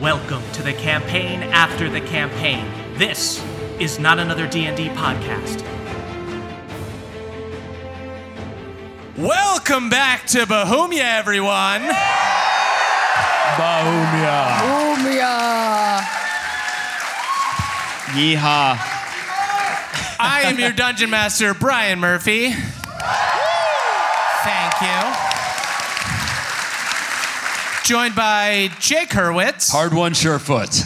Welcome to the campaign after the campaign. This is not another D&D podcast. Welcome back to Bohemia, everyone. Bahumia. Yeehaw. I am your dungeon master, Brian Murphy. Thank you. Joined by Jake Hurwitz. Hard one, surefoot.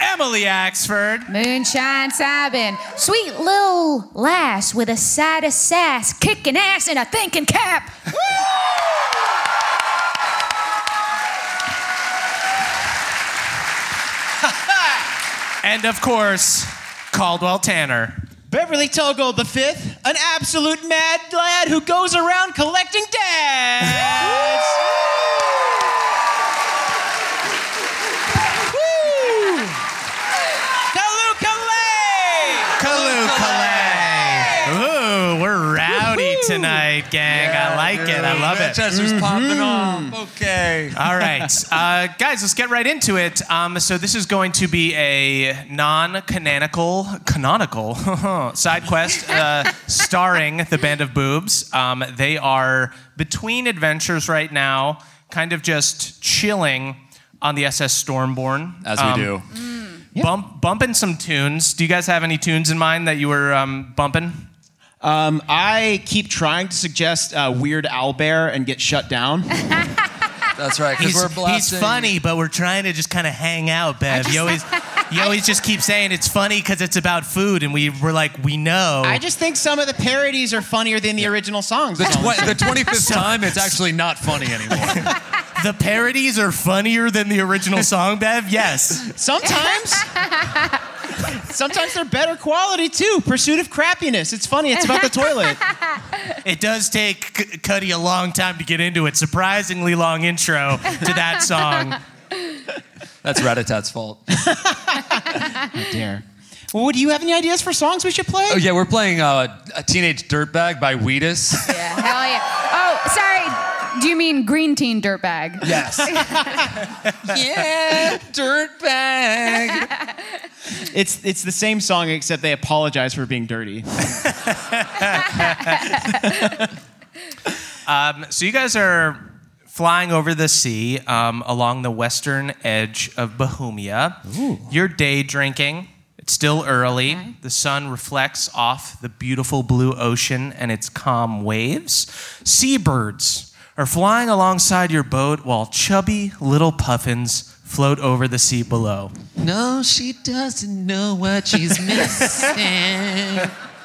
Emily Axford. Moonshine Sabin, sweet little lass with a side of sass, kicking ass in a thinking cap. And of course, Caldwell Tanner. Beverly Togo the fifth, an absolute mad lad who goes around collecting dads. Woo! Kalu Kale! Kalu Kalei. Ooh, we're rowdy tonight, gang. I like it. I love it. Chester's popping off. Okay. All right, uh, guys, let's get right into it. Um, so this is going to be a non-canonical, canonical side quest uh, starring the band of boobs. Um, they are between adventures right now, kind of just chilling on the SS Stormborn, As we Um, do. Bump, bumping some tunes. Do you guys have any tunes in mind that you were um, bumping? Um, I keep trying to suggest uh, Weird Owl Bear and get shut down. That's right, because He's, we're he's blasting. funny, but we're trying to just kind of hang out, Bev. you always, you always just keep saying it's funny because it's about food, and we were like, we know. I just think some of the parodies are funnier than the original songs. The, That's all I'm tw- the 25th time, it's actually not funny anymore. the parodies are funnier than the original song, Bev. Yes. Sometimes. Sometimes they're better quality too. Pursuit of crappiness. It's funny. It's about the toilet. It does take C- Cuddy a long time to get into it. Surprisingly long intro to that song. That's Ratatat's fault. Dare. Well, do you have any ideas for songs we should play? Oh, yeah, we're playing uh, A Teenage Dirtbag by Wheatus. Yeah, hell yeah. Oh, sorry. Do you mean green teen dirtbag? Yes. yeah, Dirtbag. It's it's the same song except they apologize for being dirty. So you guys are flying over the sea um, along the western edge of Bohemia. You're day drinking. It's still early. The sun reflects off the beautiful blue ocean and its calm waves. Seabirds are flying alongside your boat while chubby little puffins float over the sea below. No, she doesn't know what she's missing.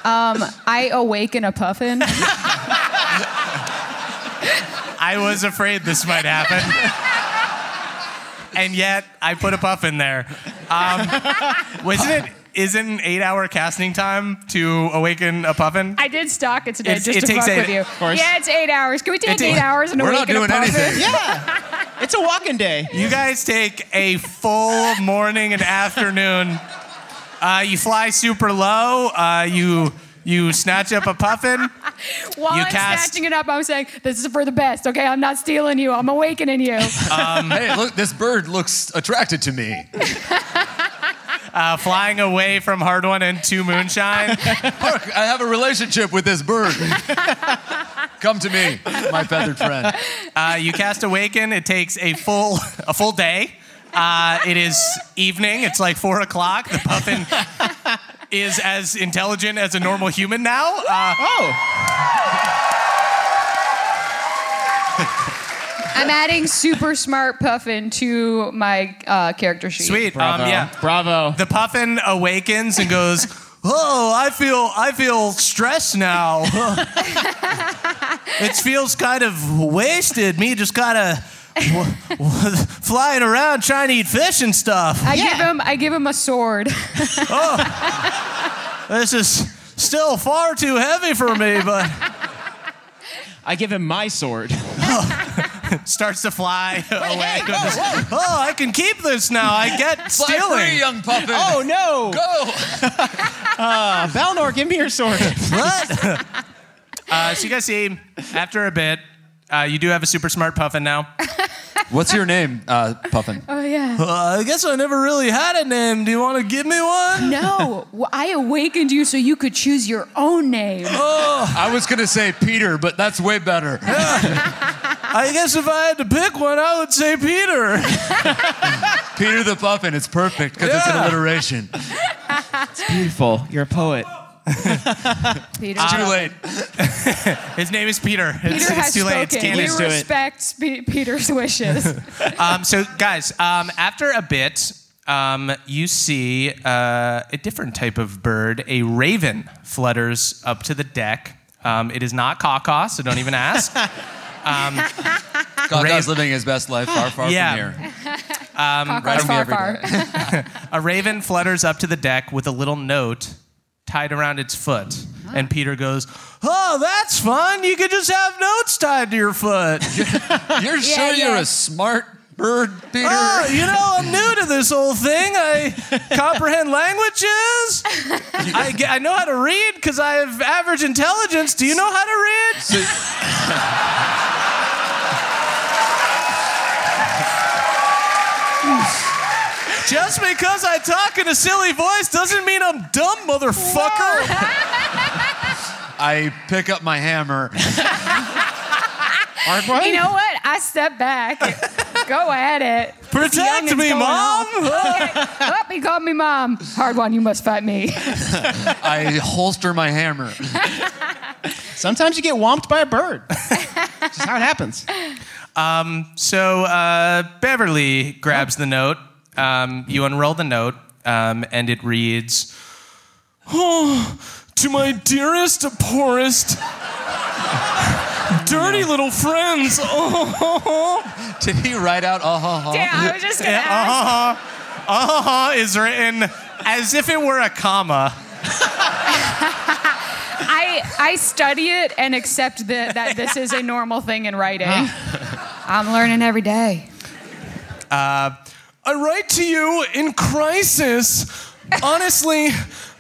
I awaken a puffin. I was afraid this might happen. And yet, I put a puff in there. Um, wasn't it? isn't an eight-hour casting time to awaken a puffin? I did stalk it today It's- just it to takes fuck eight- with you. of course. Yeah, it's eight hours. Can we take takes- eight hours and a We're week not and a doing puffin? anything. Yeah. It's a walking day. You guys take a full morning and afternoon. Uh, you fly super low. Uh, you you snatch up a puffin. While You I'm cast- snatching it up, I'm saying, this is for the best, okay? I'm not stealing you. I'm awakening you. hey, look, this bird looks attracted to me. Uh, flying away from Hard One and Two Moonshine. Look, I have a relationship with this bird. Come to me, my feathered friend. Uh, you cast Awaken. It takes a full a full day. Uh, it is evening. It's like four o'clock. The puffin is as intelligent as a normal human now. Uh, Oh. I'm adding super smart puffin to my uh, character sheet. sweet. Um, yeah. Bravo. The puffin awakens and goes, "Oh, I feel I feel stressed now. it feels kind of wasted. Me just kind of w- w- flying around trying to eat fish and stuff. I Yeah. give him I give him a sword. This is still far too heavy for me." But I give him my sword. starts to fly away. hey, whoa, whoa. Oh, I can keep this now. I get Fly free, stealing. young puppet. Oh no. Go. Balnor, give me your sword. What? uh, so you guys see, after a bit, uh, you do have a super smart puffin now. What's your name, uh, Puffin? oh yeah. Uh, I guess I never really had a name. Do you want to give me one? No, w- I awakened you so you could choose your own name. I was gonna say Peter, but that's way better. I guess if I had to pick one, I would say Peter. Peter the Puffin. It's perfect because it's an Yeah. alliteration. Beautiful. You're a poet. Peter, Too late. His name is Peter. It's, Peter it's has too late. It's spoken. canon. we do it. respect Pe- Peter's wishes. Um, so, guys, um, after a bit, um, you see uh, a different type of bird. A raven flutters up to the deck. Um, it is not caw-caw, so don't even ask. Gaga's living his best life, far, far Yeah. from here. Far, from far, every Um, far. a raven flutters up to the deck with a little note tied around its foot. And Peter goes, Oh, that's fun. You could just have notes tied to your foot. You're sure you're yeah. a smart bird, Peter? Oh, you know, I'm new to this whole thing. I comprehend languages. I, ge- I know how to read because I have average intelligence. Do you know how to read? So- Just because I talk in a silly voice doesn't mean I'm dumb, motherfucker. I pick up my hammer. You know what? I step back. Go at it. Protect Youngin's me, going mom. Oh, he called me mom. Hard one, you must fight me. I holster my hammer. Sometimes you get whomped by a bird. Just how it happens. So uh, Beverly grabs the note. Um, you unroll the note, um, and it reads oh, To my dearest, poorest, dirty little friends. Oh, Did he write out, uh huh, huh? Yeah, I was just gonna ask. uh-huh, uh-huh is written as if it were a comma. I I study it and accept that that this is a normal thing in writing. I'm learning every day. I write to you in crisis. Honestly,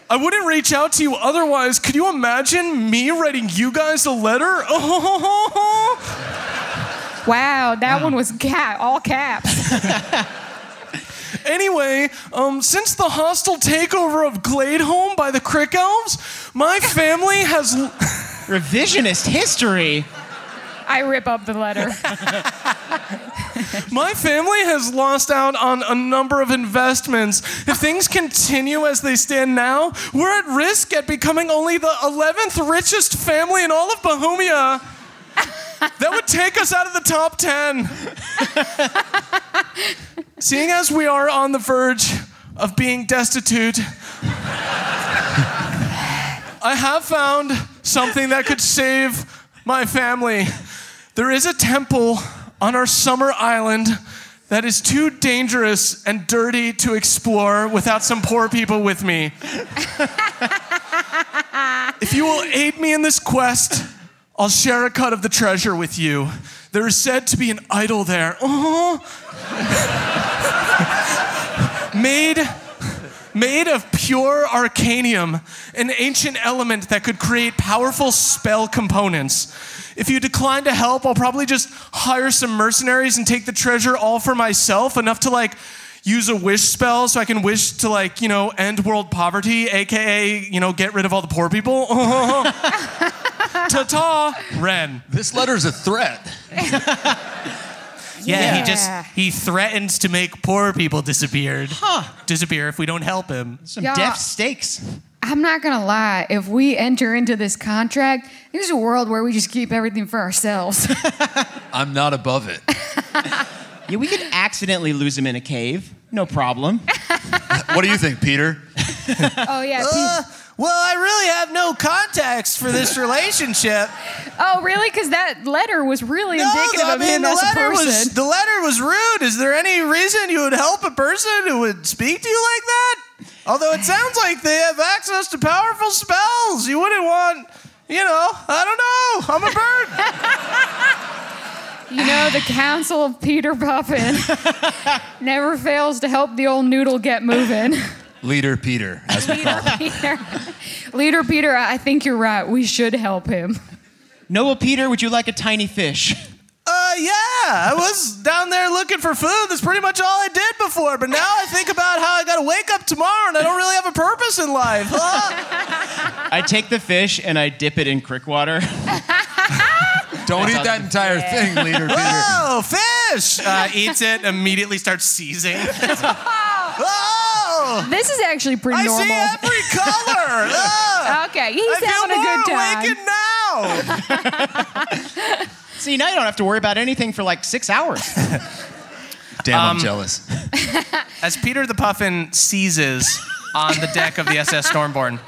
I wouldn't reach out to you otherwise. Could you imagine me writing you guys a letter? Oh, Wow, that one was cat all caps. anyway, um, since the hostile takeover of Gladeholm by the Crick Elves, my family has. Revisionist history. I rip up the letter. My family has lost out on a number of investments. If things continue as they stand now, we're at risk at becoming only the 11th richest family in all of Bohemia. That would take us out of the top 10. Seeing as we are on the verge of being destitute, I have found something that could save my family. There is a temple on our summer island that is too dangerous and dirty to explore without some poor people with me. if you will aid me in this quest, I'll share a cut of the treasure with you. There is said to be an idol there. Oh. made made of pure arcanium, an ancient element that could create powerful spell components. If you decline to help, I'll probably just hire some mercenaries and take the treasure all for myself, enough to like use a wish spell so I can wish to like, you know, end world poverty, aka, you know, get rid of all the poor people. Ta-ta, Ren. This letter's a threat. Yeah, he Yeah. just he threatens to make poor people disappeared. Huh. Disappear if we don't help him. Some Yeah. deaf stakes. I'm not gonna lie. If we enter into this contract, there's a world where we just keep everything for ourselves. I'm not above it. Yeah, we could accidentally lose him in a cave. No problem. What do you think, Peter? oh yeah. Uh, Well, I really have no context for this relationship. oh really? Because that letter was really indicative I of him the as a letter person. was the letter was rude. Is there any reason you would help a person who would speak to you like that? Although it sounds like they have access to powerful spells, you wouldn't want. You know, I don't know. I'm a bird. You know, the Council of Peter Puffin never fails to help the old noodle get moving. Leader Peter. As we call him. Peter, Leader Peter, I I think you're right. We should help him. Noble Peter, would you like a tiny fish? uh, yeah, I was down there looking for food. That's pretty much all I did before. But now I think about how I got to wake up tomorrow and I don't really have a purpose in life. Huh? I take the fish and I dip it in crick water. Don't eat that entire thing, Leader Peter. Oh, fish! Uh, eats it, immediately starts seizing. oh! This is actually pretty I normal. see every color! Oh, Okay, he's I feel having a more good time. awakened now! See, now you don't have to worry about anything for like six hours. Damn, I'm jealous. As Peter the Puffin seizes on the deck of the SS Stormborn,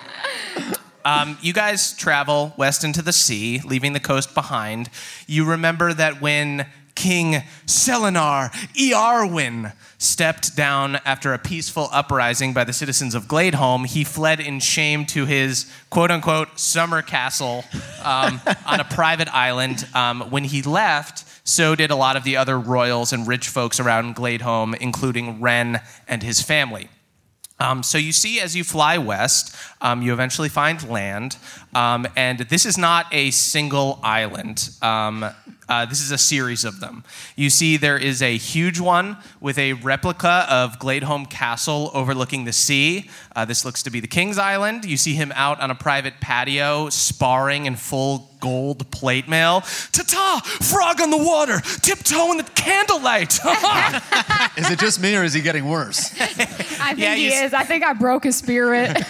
um, you guys travel west into the sea, leaving the coast behind. You remember that when King Selinar Earwin stepped down after a peaceful uprising by the citizens of Gladeholm, he fled in shame to his quote unquote summer castle um, on a private island. Um, when he left, so did a lot of the other royals and rich folks around Gladeholm, including Wren and his family. Um, so you see, as you fly west, um, you eventually find land, um, and this is not a single island. Um, uh, this is a series of them. You see, there is a huge one with a replica of Gladeholm Castle overlooking the sea. Uh, this looks to be the King's Island. You see him out on a private patio, sparring in full gold plate mail. Ta-ta! Frog on the water, tiptoe in the candlelight. Is it just me or is he getting worse? I think Yeah, he you s- is. I think I broke his spirit.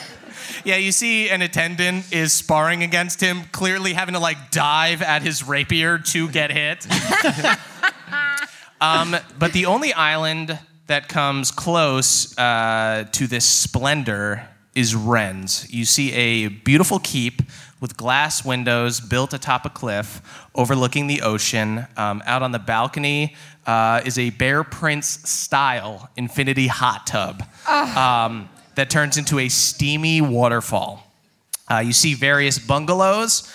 Yeah, you see an attendant is sparring against him, clearly having to like dive at his rapier to get hit. um, but the only island that comes close uh, to this splendor is Wren's. You see a beautiful keep with glass windows built atop a cliff overlooking the ocean. Um, out on the balcony uh, is a Bear Prince style infinity hot tub um, that turns into a steamy waterfall. Uh, you see various bungalows,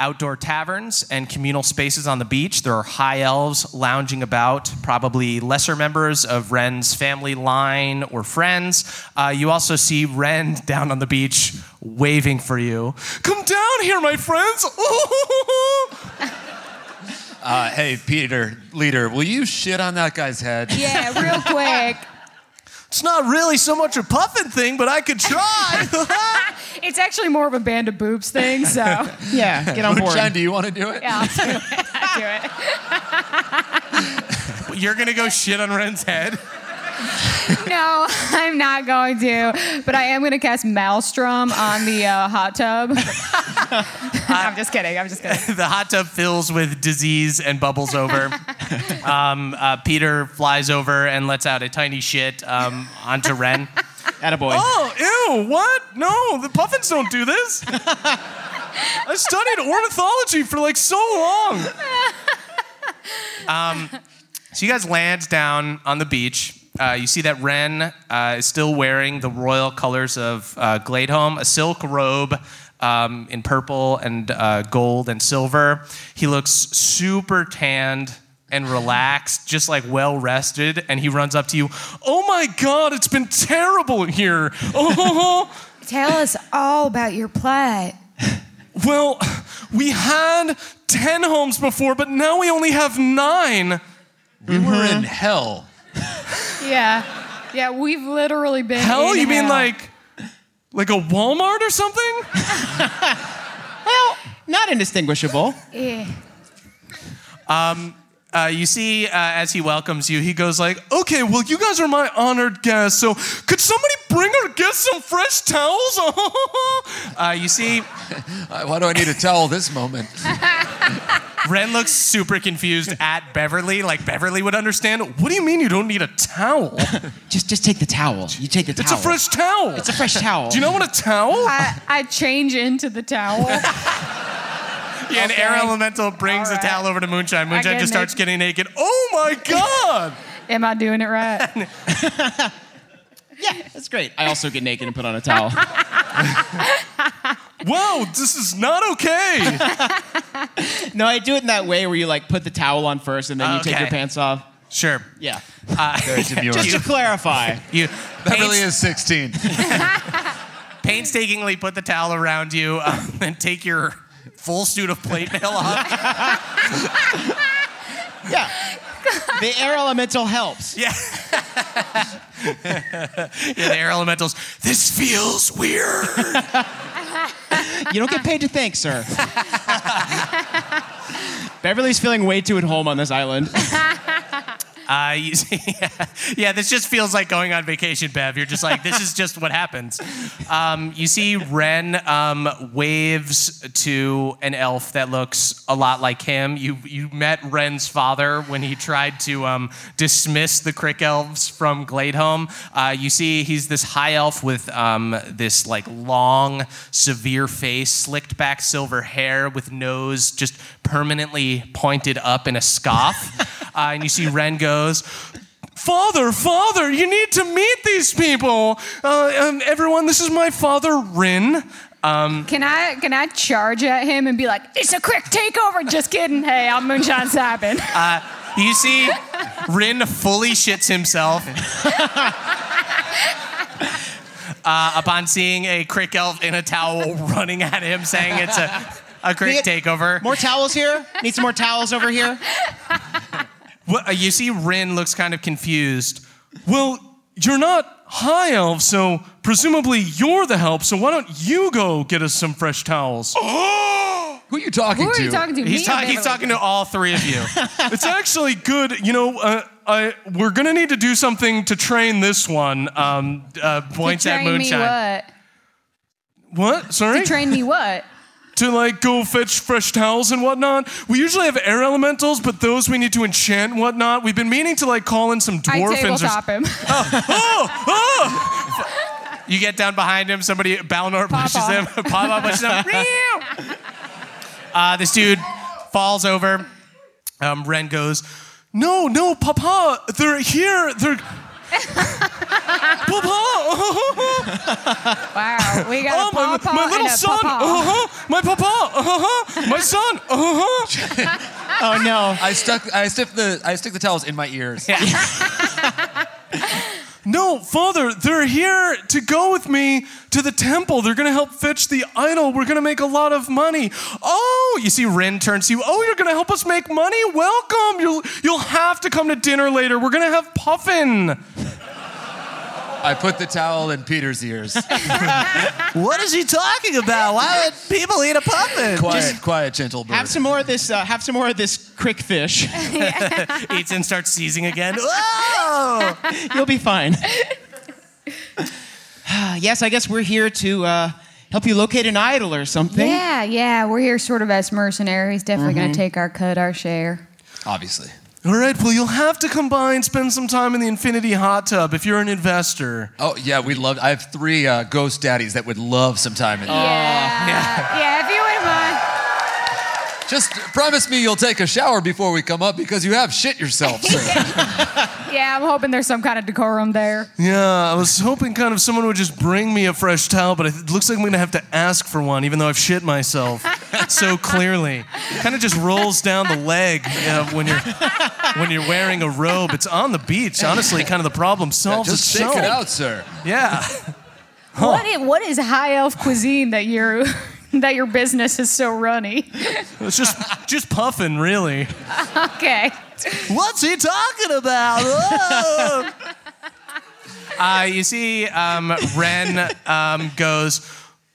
outdoor taverns, and communal spaces on the beach. There are high elves lounging about, probably lesser members of Ren's family line or friends. Uh, you also see Ren down on the beach waving for you. Come down here, my friends! Uh, hey, Peter, Leader, will you shit on that guy's head? yeah, real quick. it's not really so much a puffin thing, but I could try. It's actually more of a band of boobs thing, so yeah, Yeah, get on board. Moonshine, do you want to do it? I'll do it. I'll do You're gonna go shit on Ren's head. it. No, I'm not going to, but I am going to cast Maelstrom on the uh, hot tub. I'm just kidding. I'm just kidding. the hot tub fills with disease and bubbles over. um, uh, Peter flies over and lets out a tiny shit um, onto Ren. Attaboy. Oh, ew, what? No, the puffins don't do this. I studied ornithology for like so long. Um, So you guys land down on the beach. Uh, you see that Ren uh, is still wearing the royal colors of uh, Gladeholm, a silk robe um, in purple and uh, gold and silver. He looks super tanned and relaxed, just like well rested. And he runs up to you. Oh my God, it's been terrible here. Oh, Tell us all about your plight. well, we had 10 homes before, but now we only have nine. We were in hell. Yeah. Yeah, we've literally been. Hell, in you mean hell. like like a Walmart or something? Well, not indistinguishable. Yeah. Uh, you see, uh, as he welcomes you, he goes like, "Okay, well, you guys are my honored guests, so could somebody bring or get some fresh towels?" uh, you see, Uh, Why do I need a towel this moment? Ren looks super confused at Beverly, like Beverly would understand. What do you mean you don't need a towel? Just, just take the towel. You take the It's towel. a fresh towel. It's a fresh towel. do you know what a towel? I, I change into the towel. yeah, and Air Elemental brings All the towel right. over to Moonshine. Moonshine get just starts naked. getting naked. Oh my god! Am I doing it right? Yeah, that's great. I also get naked and put on a towel. Whoa, this is not okay. no, I do it in that way where you like put the towel on first and then you take Okay. your pants off. sure. Yeah. There's your Just to clarify. You That really is 16. painstakingly put the towel around you um, and take your full suit of plate mail off. Yeah. The air elemental helps. Yeah. yeah, the air elementals. This feels weird. You don't get paid to think, sir. Beverly's feeling way too at home on this island. Uh, you see, yeah, this just feels like going on vacation, Bev. You're just like, this is just what happens. Um, you see, Ren um, waves to an elf that looks a lot like him. You you met Ren's father when he tried to um, dismiss the Crick elves from Gladeholm. Uh, you see, he's this high elf with um, this like long, severe face, slicked back silver hair, with nose just permanently pointed up in a scoff. Uh, and you see Ren goes, Father, Father, you need to meet these people. Uh, um, everyone, this is my father, Rin. Can I can I charge at him and be like, it's a quick takeover? Just kidding. Hey, I'm Moonshine Sabin. You see, Rin fully shits himself. Uh, upon seeing a crick elf in a towel running at him, saying it's a, a crick Need- takeover. More towels here? Need some more towels over here? Wh- uh, you see, Rin looks kind of confused. Well, you're not high elf, so presumably you're the help. So why don't you go get us some fresh towels? Who are you talking Who are to? you talking to? Me He's, or ta- he's Beverly? talking to all three of you. it's actually good. You know, uh, I, we're going to need to do something to train this one. Um, uh, points to at train Moonshine. me what? Sorry? what? To train me what? to like go fetch fresh towels and whatnot. We usually have air elementals, but those we need to enchant and whatnot. We've been meaning to like call in some I dwarfins or tabletop him. You get down behind him, somebody, Balnor pushes Papa. him, Papa pushes him. Meow. uh, this dude falls over. Um, Ren goes, No, no, Papa, they're here. They're. Papa! wow, we Oh, got uh-huh, my, a papa my little and a son! papa. Uh-huh. My papa! Uh-huh. My son! Uh-huh. Oh no. I stuck. I stick the. I stick the towels in my ears. No, Father, they're here to go with me to the temple. They're going to help fetch the idol. We're going to make a lot of money. Oh, you see, Rin turns to you. Oh, you're going to help us make money? Welcome. You'll, you'll have to come to dinner later. We're going to have puffin. I put the towel in Peter's ears. What is he talking about? Why would people eat a puppet? Quiet, quiet, gentle bird. Have some more of this uh, have some more of this crick fish. Eats and starts seizing again. Whoa! You'll be fine. yes, I guess we're here to uh, help you locate an idol or something. Yeah, yeah. We're here sort of as mercenaries. Definitely going to take our cut, our share. Obviously. All right, well, you'll have to come by and spend some time in the Infinity Hot Tub if you're an investor. Oh yeah, we love. I have three uh, Oh, Oh, ghost daddies that would love some time in. Yeah. yeah, if you wouldn't mind. Just promise me you'll take a shower before we come up because you have shit yourself, sir. Yeah, I'm hoping there's some kind of decorum there. Yeah, I was hoping kind of someone would just bring me a fresh towel, but it looks like I'm gonna have to ask for one, even though I've shit myself so clearly. Kind of just rolls down the leg you know, when you're when you're wearing a robe. It's on the beach, honestly. Kind of the problem solves Just shake itself. it out, sir. Yeah, What is, what is high elf cuisine that you that your business is so runny? it's just just puffing, really. Okay. What's he talking about? Whoa. Uh, you see, um, Ren um, goes,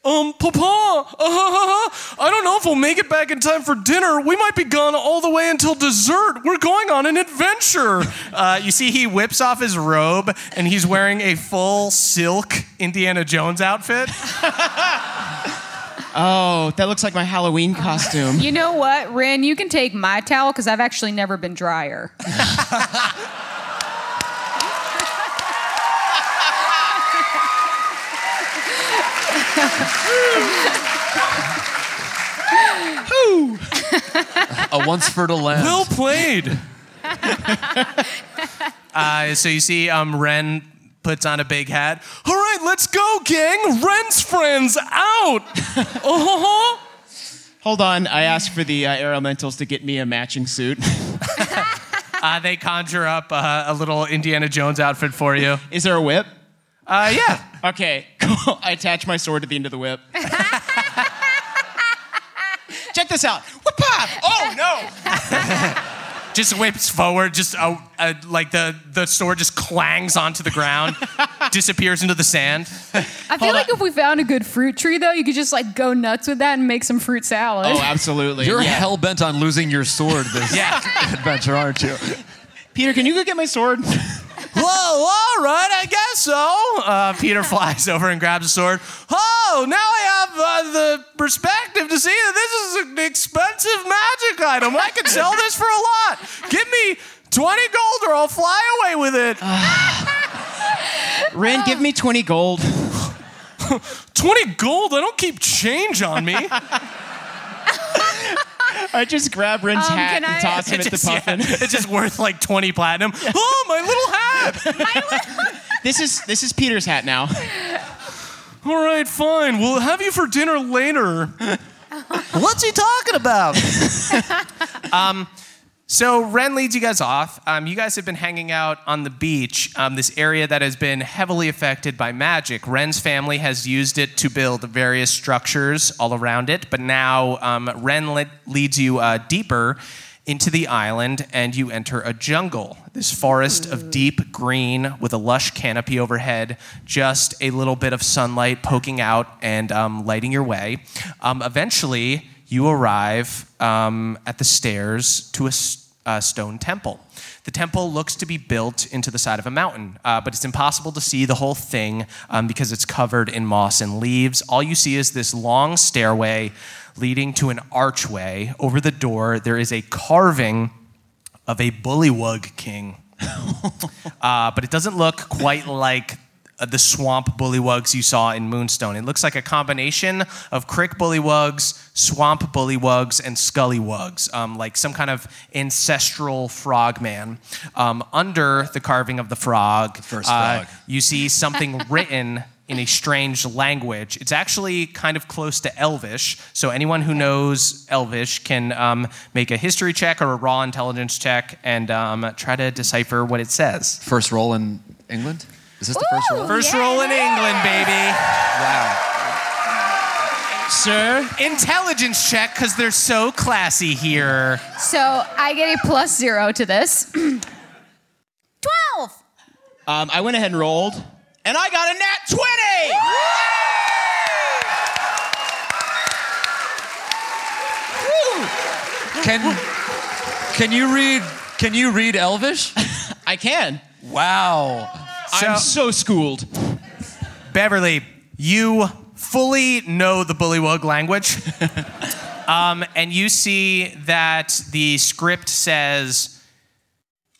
Um, Papa, uh, ha, ha, ha. I don't know if we'll make it back in time for dinner. We might be gone all the way until dessert. We're going on an adventure. Uh, you see, he whips off his robe and he's wearing a full silk Indiana Jones outfit. Oh, that looks like my Halloween costume. You know what, Ren? You can take my towel because I've actually never been drier. A once fertile land. well played. Uh, so you see, um, Ren puts on a big hat. All right, let's go, gang. Ren's friends out. Uh-huh. Hold on, I asked for the uh, Aeromentals to get me a matching suit. Uh, they conjure up uh, a little Indiana Jones outfit for you. Is there a whip? Uh, yeah. Okay, cool. I attach my sword to the end of the whip. Check this out. Whoop-ah! Oh no! Just whips forward, just uh, uh, like the, the sword just clangs onto the ground, disappears into the sand. I feel like if we found a good fruit tree, though, you could just like go nuts with that and make some fruit salad. Oh, absolutely. You're Yeah. hell bent on losing your sword this adventure, aren't you? Peter, can you go get my sword? Whoa, all right, I guess so. Uh, Peter flies over and grabs a sword. Oh, now I have uh, the perspective to see that this is an expensive magic item. I can sell this for a lot. Give me 20 gold or I'll fly away with it. Ren, give me 20 gold. 20 gold? I don't keep change on me. I just grab Ren's Um, hat can and I- toss him at the puffin. It's just worth like 20 platinum. oh, my little hat. This is this is Peter's hat now. All right, fine. We'll have you for dinner later. What's he talking about? So Ren leads you guys off. Um, you guys have been hanging out on the beach, um, this area that has been heavily affected by magic. Ren's family has used it to build various structures all around it, but now um, Ren le- leads you uh, deeper into the island and you enter a jungle. This forest of deep green with a lush canopy overhead, just a little bit of sunlight poking out and um, lighting your way. Um, eventually, you arrive um, at the stairs to a, s- a stone temple. The temple looks to be built into the side of a mountain, uh, but it's impossible to see the whole thing um, because it's covered in moss and leaves. All you see is this long stairway leading to an archway. Over the door, there is a carving of a bullywug king. Uh, but it doesn't look quite like uh, the swamp bullywugs you saw in Moonstone. It looks like a combination of crick bullywugs, swamp bullywugs, and scullywugs, um, like some kind of ancestral frogman. Um, under the carving of the frog, uh, first frog. you see something written in a strange language. It's actually kind of close to Elvish, so anyone who knows Elvish can um, make a history check or a raw intelligence check and um, try to decipher what it says. First roll in England? Is this the first roll? First roll in England, baby. Wow. Sir, Intelligence check, because they're so classy here. So I get a plus zero to this. 12. um, I went ahead and rolled, and I got a nat 20. Can can you read can you read Elvish? I can. Wow. I'm so schooled. Beverly, you fully know the Bullywug language. um, and you see that the script says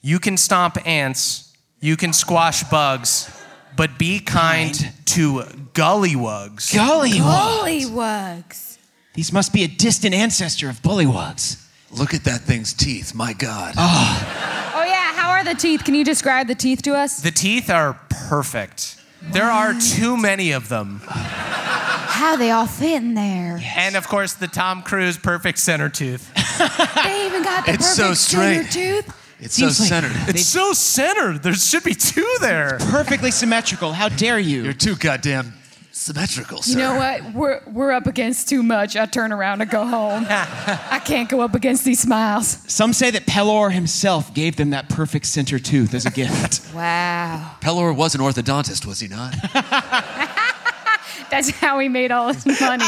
you can stomp ants, you can squash bugs, but be kind to gullywugs. Golly, Bullywugs. These must be a distant ancestor of bullywugs. Look at that thing's teeth. My God. Oh yeah, how are the teeth? Can you describe the teeth to us? The teeth are perfect. There are too many of them. How they all fit in there. And of course, the Tom Cruise perfect center tooth. They even got the It's so perfect center straight. tooth. it's so Seems like- centered. It's so centered. There should be two there. Perfectly symmetrical. How dare you? You're too goddamn symmetrical, sir. You know what? We're we're up against too much. I turn around and go home. I can't go up against these smiles. Some say that Pelor himself gave them that perfect center tooth as a gift. Wow. Pellor was an orthodontist, was he not? That's how he made all his money.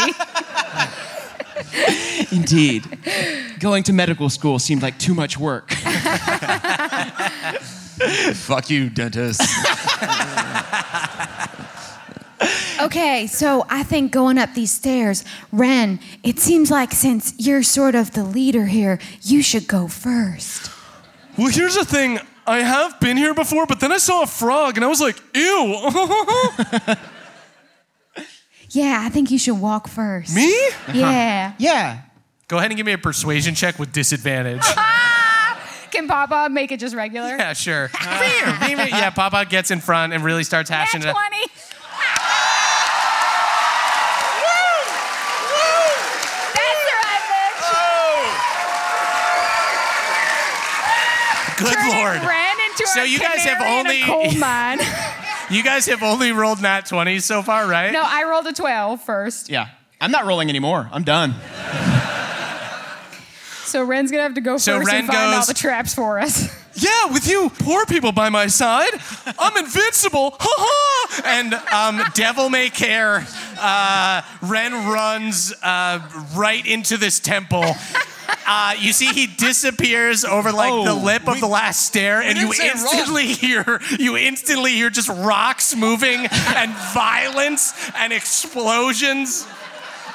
Indeed. Going to medical school seemed like too much work. Fuck you, dentist. Okay, so I think going up these stairs, Ren, it seems like since you're sort of the leader here, you should go first. Well, here's the thing. I have been here before, but then I saw a frog and I was like, ew. Yeah, I think you should walk first. Me? Yeah. Yeah. Go ahead and give me a persuasion check with disadvantage. Ah! Can Papa make it just regular? Yeah, sure. yeah, Papa gets in front and really starts Nat hashing it. out. 20. That's right, bitch. Good Turning lord. Ren into So a you guys have canary in a only- coal mine. You guys have only rolled nat 20s so far, right? no, I rolled a 12 first. Yeah. I'm not rolling anymore. I'm done. So Ren's gonna have to go So first Ren and find all goes- the traps for us. yeah, with you poor people by my side, I'm invincible. Ha ha! and um, Devil May Care, uh, Ren runs uh, right into this temple. Uh, you see, he disappears over like the Oh, lip of the last stair, and you didn't say run. instantly hear you instantly hear just rocks moving and violence and explosions.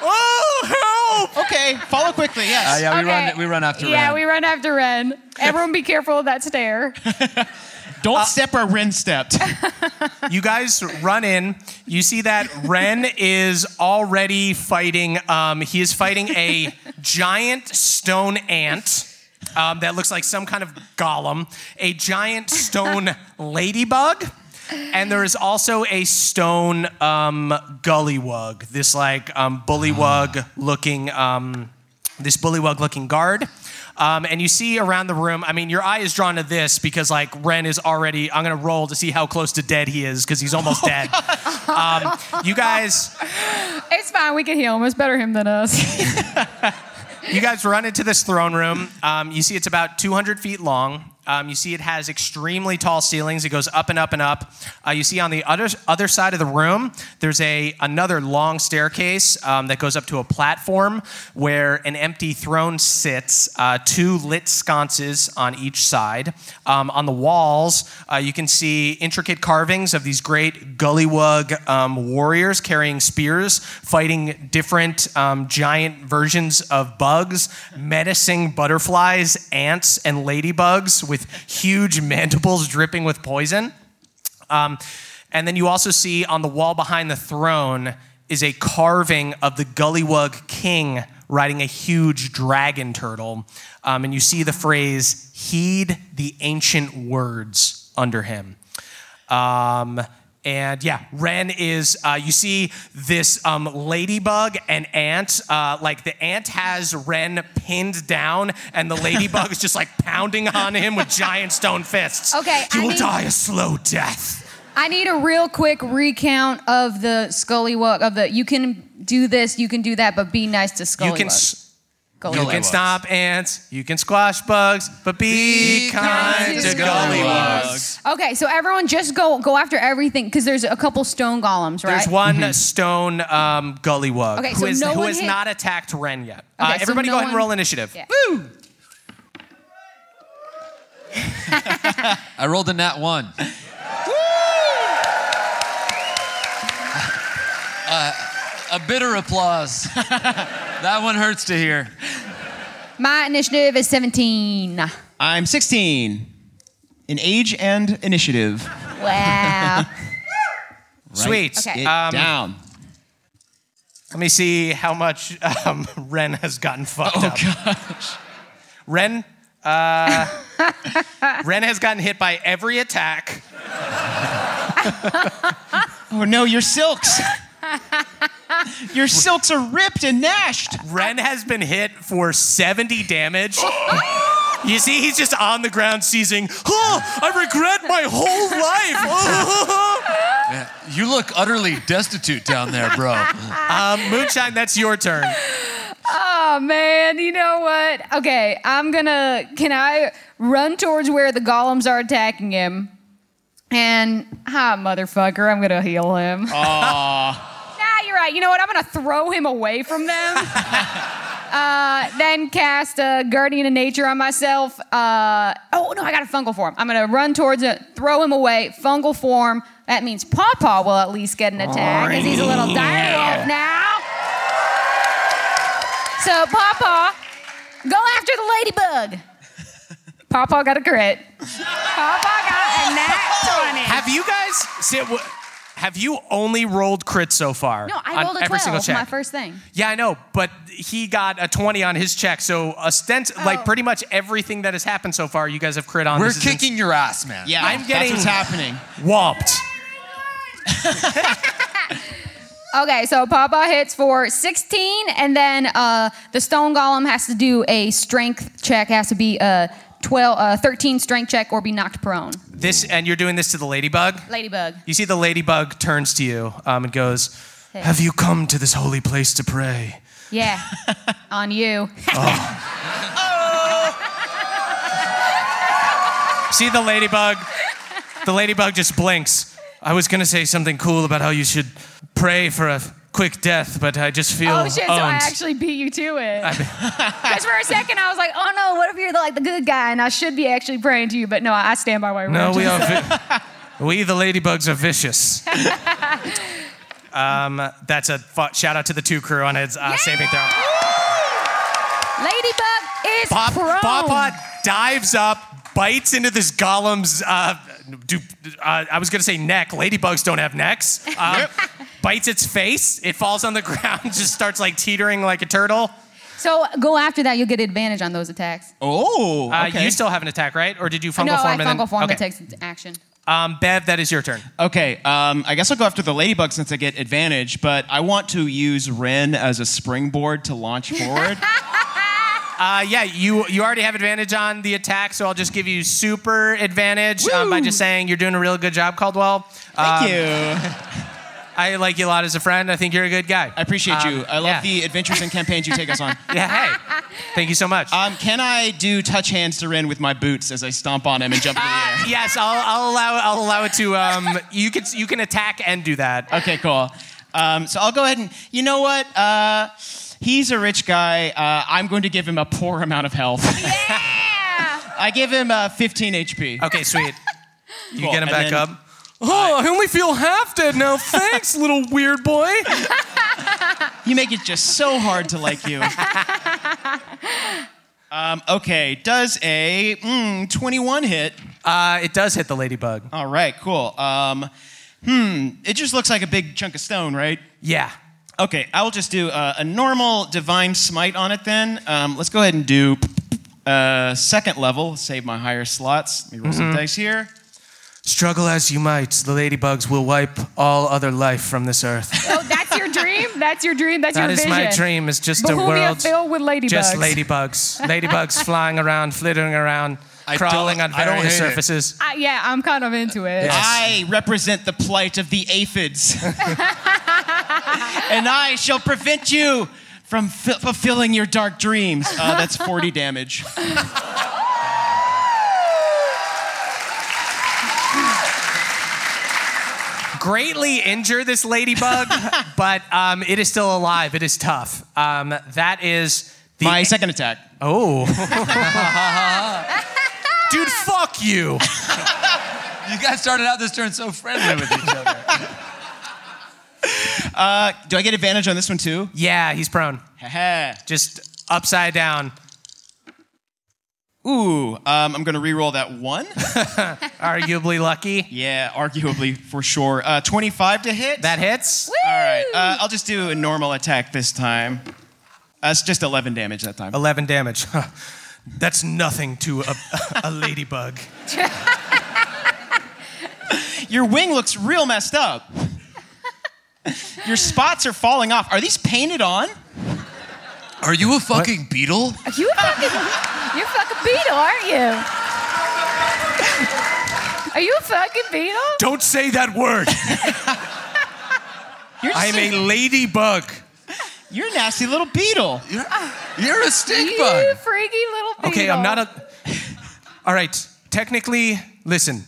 Oh help! Okay, follow quickly, yes. Uh, yeah, we Okay. run. We run after. Yeah, Ren. we run after Ren. Everyone be careful of that stair. Don't step where Ren stepped. You guys run in. You see that Ren is already fighting. Um, he is fighting a giant stone ant um, that looks like some kind of golem, a giant stone ladybug, and there is also a stone um, gullywug. This like um, bullywug looking. Um, this bullywug looking guard. Um, and you see around the room, I mean, your eye is drawn to this because, like, Ren is already, I'm going to roll to see how close to dead he is because he's almost dead. Um, you guys, It's fine, we can heal him. It's better him than us. you guys run into this throne room. Um, you see it's about 200 feet long. Um, you see it has extremely tall ceilings. It goes up and up and up. Uh, you see on the other other side of the room, there's a another long staircase um, that goes up to a platform where an empty throne sits. Uh, two lit sconces on each side. Um, on the walls, uh, you can see intricate carvings of these great gullywug um, warriors carrying spears, fighting different um, giant versions of bugs, menacing butterflies, ants, and ladybugs with huge mandibles dripping with poison. Um, and then you also see on the wall behind the throne is a carving of the Gullywug King riding a huge dragon turtle. Um, and you see the phrase, heed the ancient words under him. Um, and yeah, Ren is, uh, you see this um, ladybug and ant. Uh, like the ant has Ren pinned down, and the ladybug is just like pounding on him with giant stone fists. Okay, You I will need- die a slow death. I need a real quick recount of the Scully walk of the you can do this, you can do that, but be nice to Scully. you can s- Gullywug. Oh, you can stop ants, you can squash bugs, but be, kind to Gullywug. Okay, so everyone just go go after everything because there's a couple stone golems, right? There's one Mm-hmm. stone um, Gullywug Okay, who so is- no who one has hit- not attacked Ren yet. Okay, uh, so everybody no go ahead and one- roll initiative. Yeah. I rolled a nat one. Uh, a bitter applause. that one hurts to hear. My initiative is 17. I'm 16. In age and initiative. Wow. Sweet. Okay. Get Um, down. Let me see how much um, Ren has gotten fucked up. Oh, gosh. Ren, uh, Ren has gotten hit by every attack. Oh no, your silks. your silks are ripped and gnashed. Ren has been hit for 70 damage. You see, he's just on the ground seizing. Oh, I regret my whole life. You look utterly destitute down there, bro. Um, Moonshine, that's your turn. Oh man, you know what? Okay, I'm gonna. Can I run towards where the golems are attacking him? And hi, motherfucker, I'm gonna heal him. Aww. nah, you're right. You know what? I'm gonna throw him away from them. uh, then cast a guardian of nature on myself. Uh, oh no, I got a fungal form. I'm gonna run towards it, throw him away. Fungal form. That means Pawpaw will at least get an attack because he's a little dire wolf now. So, Pawpaw, go after the ladybug. Pawpaw got a crit. Pawpaw got a nat 20. Have you guys. See, wh- have you only rolled crits so far? No, I on rolled a every 12, Single my check? first thing. Yeah, I know, but he got a 20 on his check. So, ostent- Oh. like pretty much everything that has happened so far, you guys have crit on. We're This is kicking your ass, man. Yeah, I'm getting- that's what's happening. ins- whomped. Okay, so Pawpaw hits for 16, and then uh, the stone golem has to do a strength check, has to be a 12, uh, 13 strength check or be knocked prone. This, and you're doing this to the ladybug? Ladybug. You see, the ladybug turns to you um, and goes, Have you come to this holy place to pray? Yeah, on you. See, the ladybug, the ladybug just blinks. I was going to say something cool about how you should pray for a quick death, but I just feel. Oh shit! So I owned. actually beat you to it. Because for a second I was like, "Oh no, what if you're the, like the good guy and I should be actually praying to you?" But no, I I stand by my word. No, we are. Vi- we the ladybugs are vicious. um, that's a fu- shout out to the two crew on its uh, saving throw. Ladybug is Pop, prone. Pawpaw dives up, bites into this golem's. Uh, do, uh, I was gonna say neck. Ladybugs don't have necks. Um, Bites its face. It falls on the ground. Just starts like teetering like a turtle. So go after that, you'll get advantage on those attacks. Oh, Uh, okay. You still have an attack, right? Or did you fungal no, form? I and fungal then- form okay. that takes action. Um, Bev, that is your turn. okay, um, I guess I'll go after the ladybug since I get advantage, but I want to use Ren as a springboard to launch forward. Uh, yeah, you you already have advantage on the attack, so I'll just give you super advantage um, by just saying you're doing a really good job, Caldwell. Thank Um, you. I like you a lot as a friend. I think you're a good guy. I appreciate you. Um, I love yeah. the adventures and campaigns you take us on. Yeah, hey, thank you so much. Um, can I do touch hands to Ren with my boots as I stomp on him and jump in the air? yes, I'll, I'll allow I'll allow it to. Um, you can you can attack and do that. Okay, cool. Um, so I'll go ahead and you know what? Uh, he's a rich guy. Uh, I'm going to give him a poor amount of health. Yeah. I give him uh, 15 HP. Okay, sweet. You Cool, get him and back then- up. Oh, I only feel half dead now. Thanks, little weird boy. You make it just so hard to like you. um, okay, does a mm, 21 hit? Uh, it does hit the ladybug. All right, cool. Um, hmm, it just looks like a big chunk of stone, right? Yeah. Okay, I will just do uh, a normal divine smite on it then. Um, let's go ahead and do uh, second level. Save my higher slots. Let me roll some dice here. Struggle as you might, the ladybugs will wipe all other life from this earth. So Oh, that's your dream. That's your dream. That's That your is vision. my dream. It's just a Bohemia world filled with ladybugs. just ladybugs, ladybugs flying around, flittering around, I crawling on don't- I don't various hate it. surfaces. I, yeah, I'm kind of into it. Yeah. I represent the plight of the aphids, and I shall prevent you from fi- fulfilling your dark dreams. Uh, that's 40 damage. Greatly injure this ladybug, but um, it is still alive. It is tough. Um, that is the My second attack. oh, dude, fuck you. You guys started out this turn so friendly with each other. Do I get advantage on this one too? Yeah, he's prone, Haha. just upside down. Ooh, um, I'm going to re-roll that one. Arguably lucky. Yeah, arguably for sure. Uh, 25 to hit. That hits. All right. Uh, I'll just do a normal attack this time. That's just 11 damage that time. 11 damage. That's nothing to a, a ladybug. Your wing looks real messed up. Your spots are falling off. Are these painted on? Are you a fucking beetle? You fucking, you're fucking beetle, aren't you? Are you a fucking beetle? Don't say that word. You're, just I'm a ladybug. you're a nasty little beetle. You're, you're a stink Uh, You bug. freaky little beetle. Okay, I'm not a. All right, technically, listen.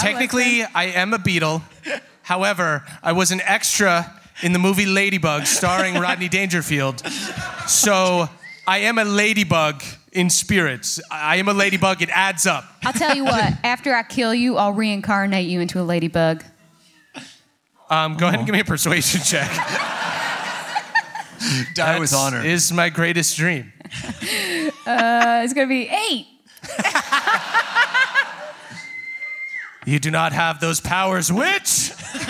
technically, I am a beetle. However, I was an extra in the movie Ladybug starring Rodney Dangerfield. So I am a ladybug in spirits. I I am a ladybug. It adds up. I'll tell you what. After I kill you, I'll reincarnate you into a ladybug. Um, go ahead and give me a persuasion check. Die with That's- honor. Is my greatest dream. Uh, it's gonna be eight. You do not have those powers, which. Um,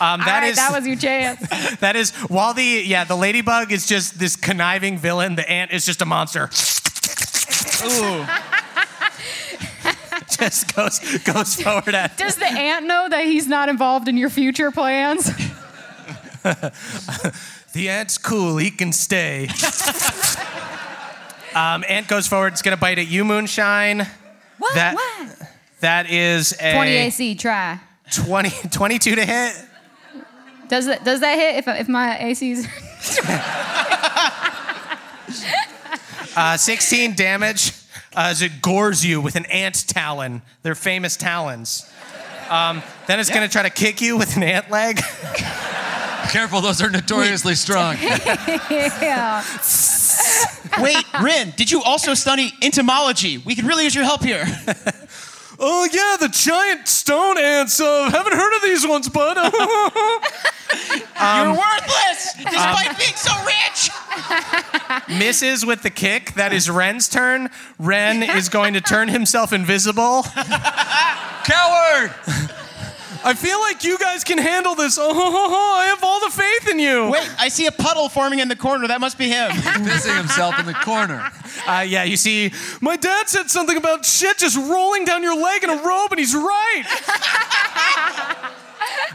All that right, is- that was your chance. That is while the yeah the ladybug is just this conniving villain. The ant is just a monster. Ooh. Just goes goes forward at. Does the ant know that he's not involved in your future plans? The ant's cool. He can stay. um, ant goes forward. It's gonna bite at you, Moonshine. What? That- what? That is a 20 AC. Try. 20 22 to hit. Does that does that hit if if my AC's? Uh, Sixteen damage. Uh, as it gores you with an ant talon, their famous talons. Um, then it's gonna try to kick you with an ant leg. Careful, those are notoriously strong. yeah. Wait, Rin, did you also study entomology? We could really use your help here. Oh yeah, the giant stone ants. Uh, haven't heard of these ones, bud. You're worthless, despite being so rich. Misses with the kick. That is Ren's turn. Ren is going to turn himself invisible. Coward! I feel like you guys can handle this. Oh, ho, ho, ho. I have all the faith in you. Wait, I see a puddle forming in the corner. That must be him. Pissing himself in the corner. Uh, yeah, you see, my dad said something about shit just rolling down your leg in a robe, and he's right.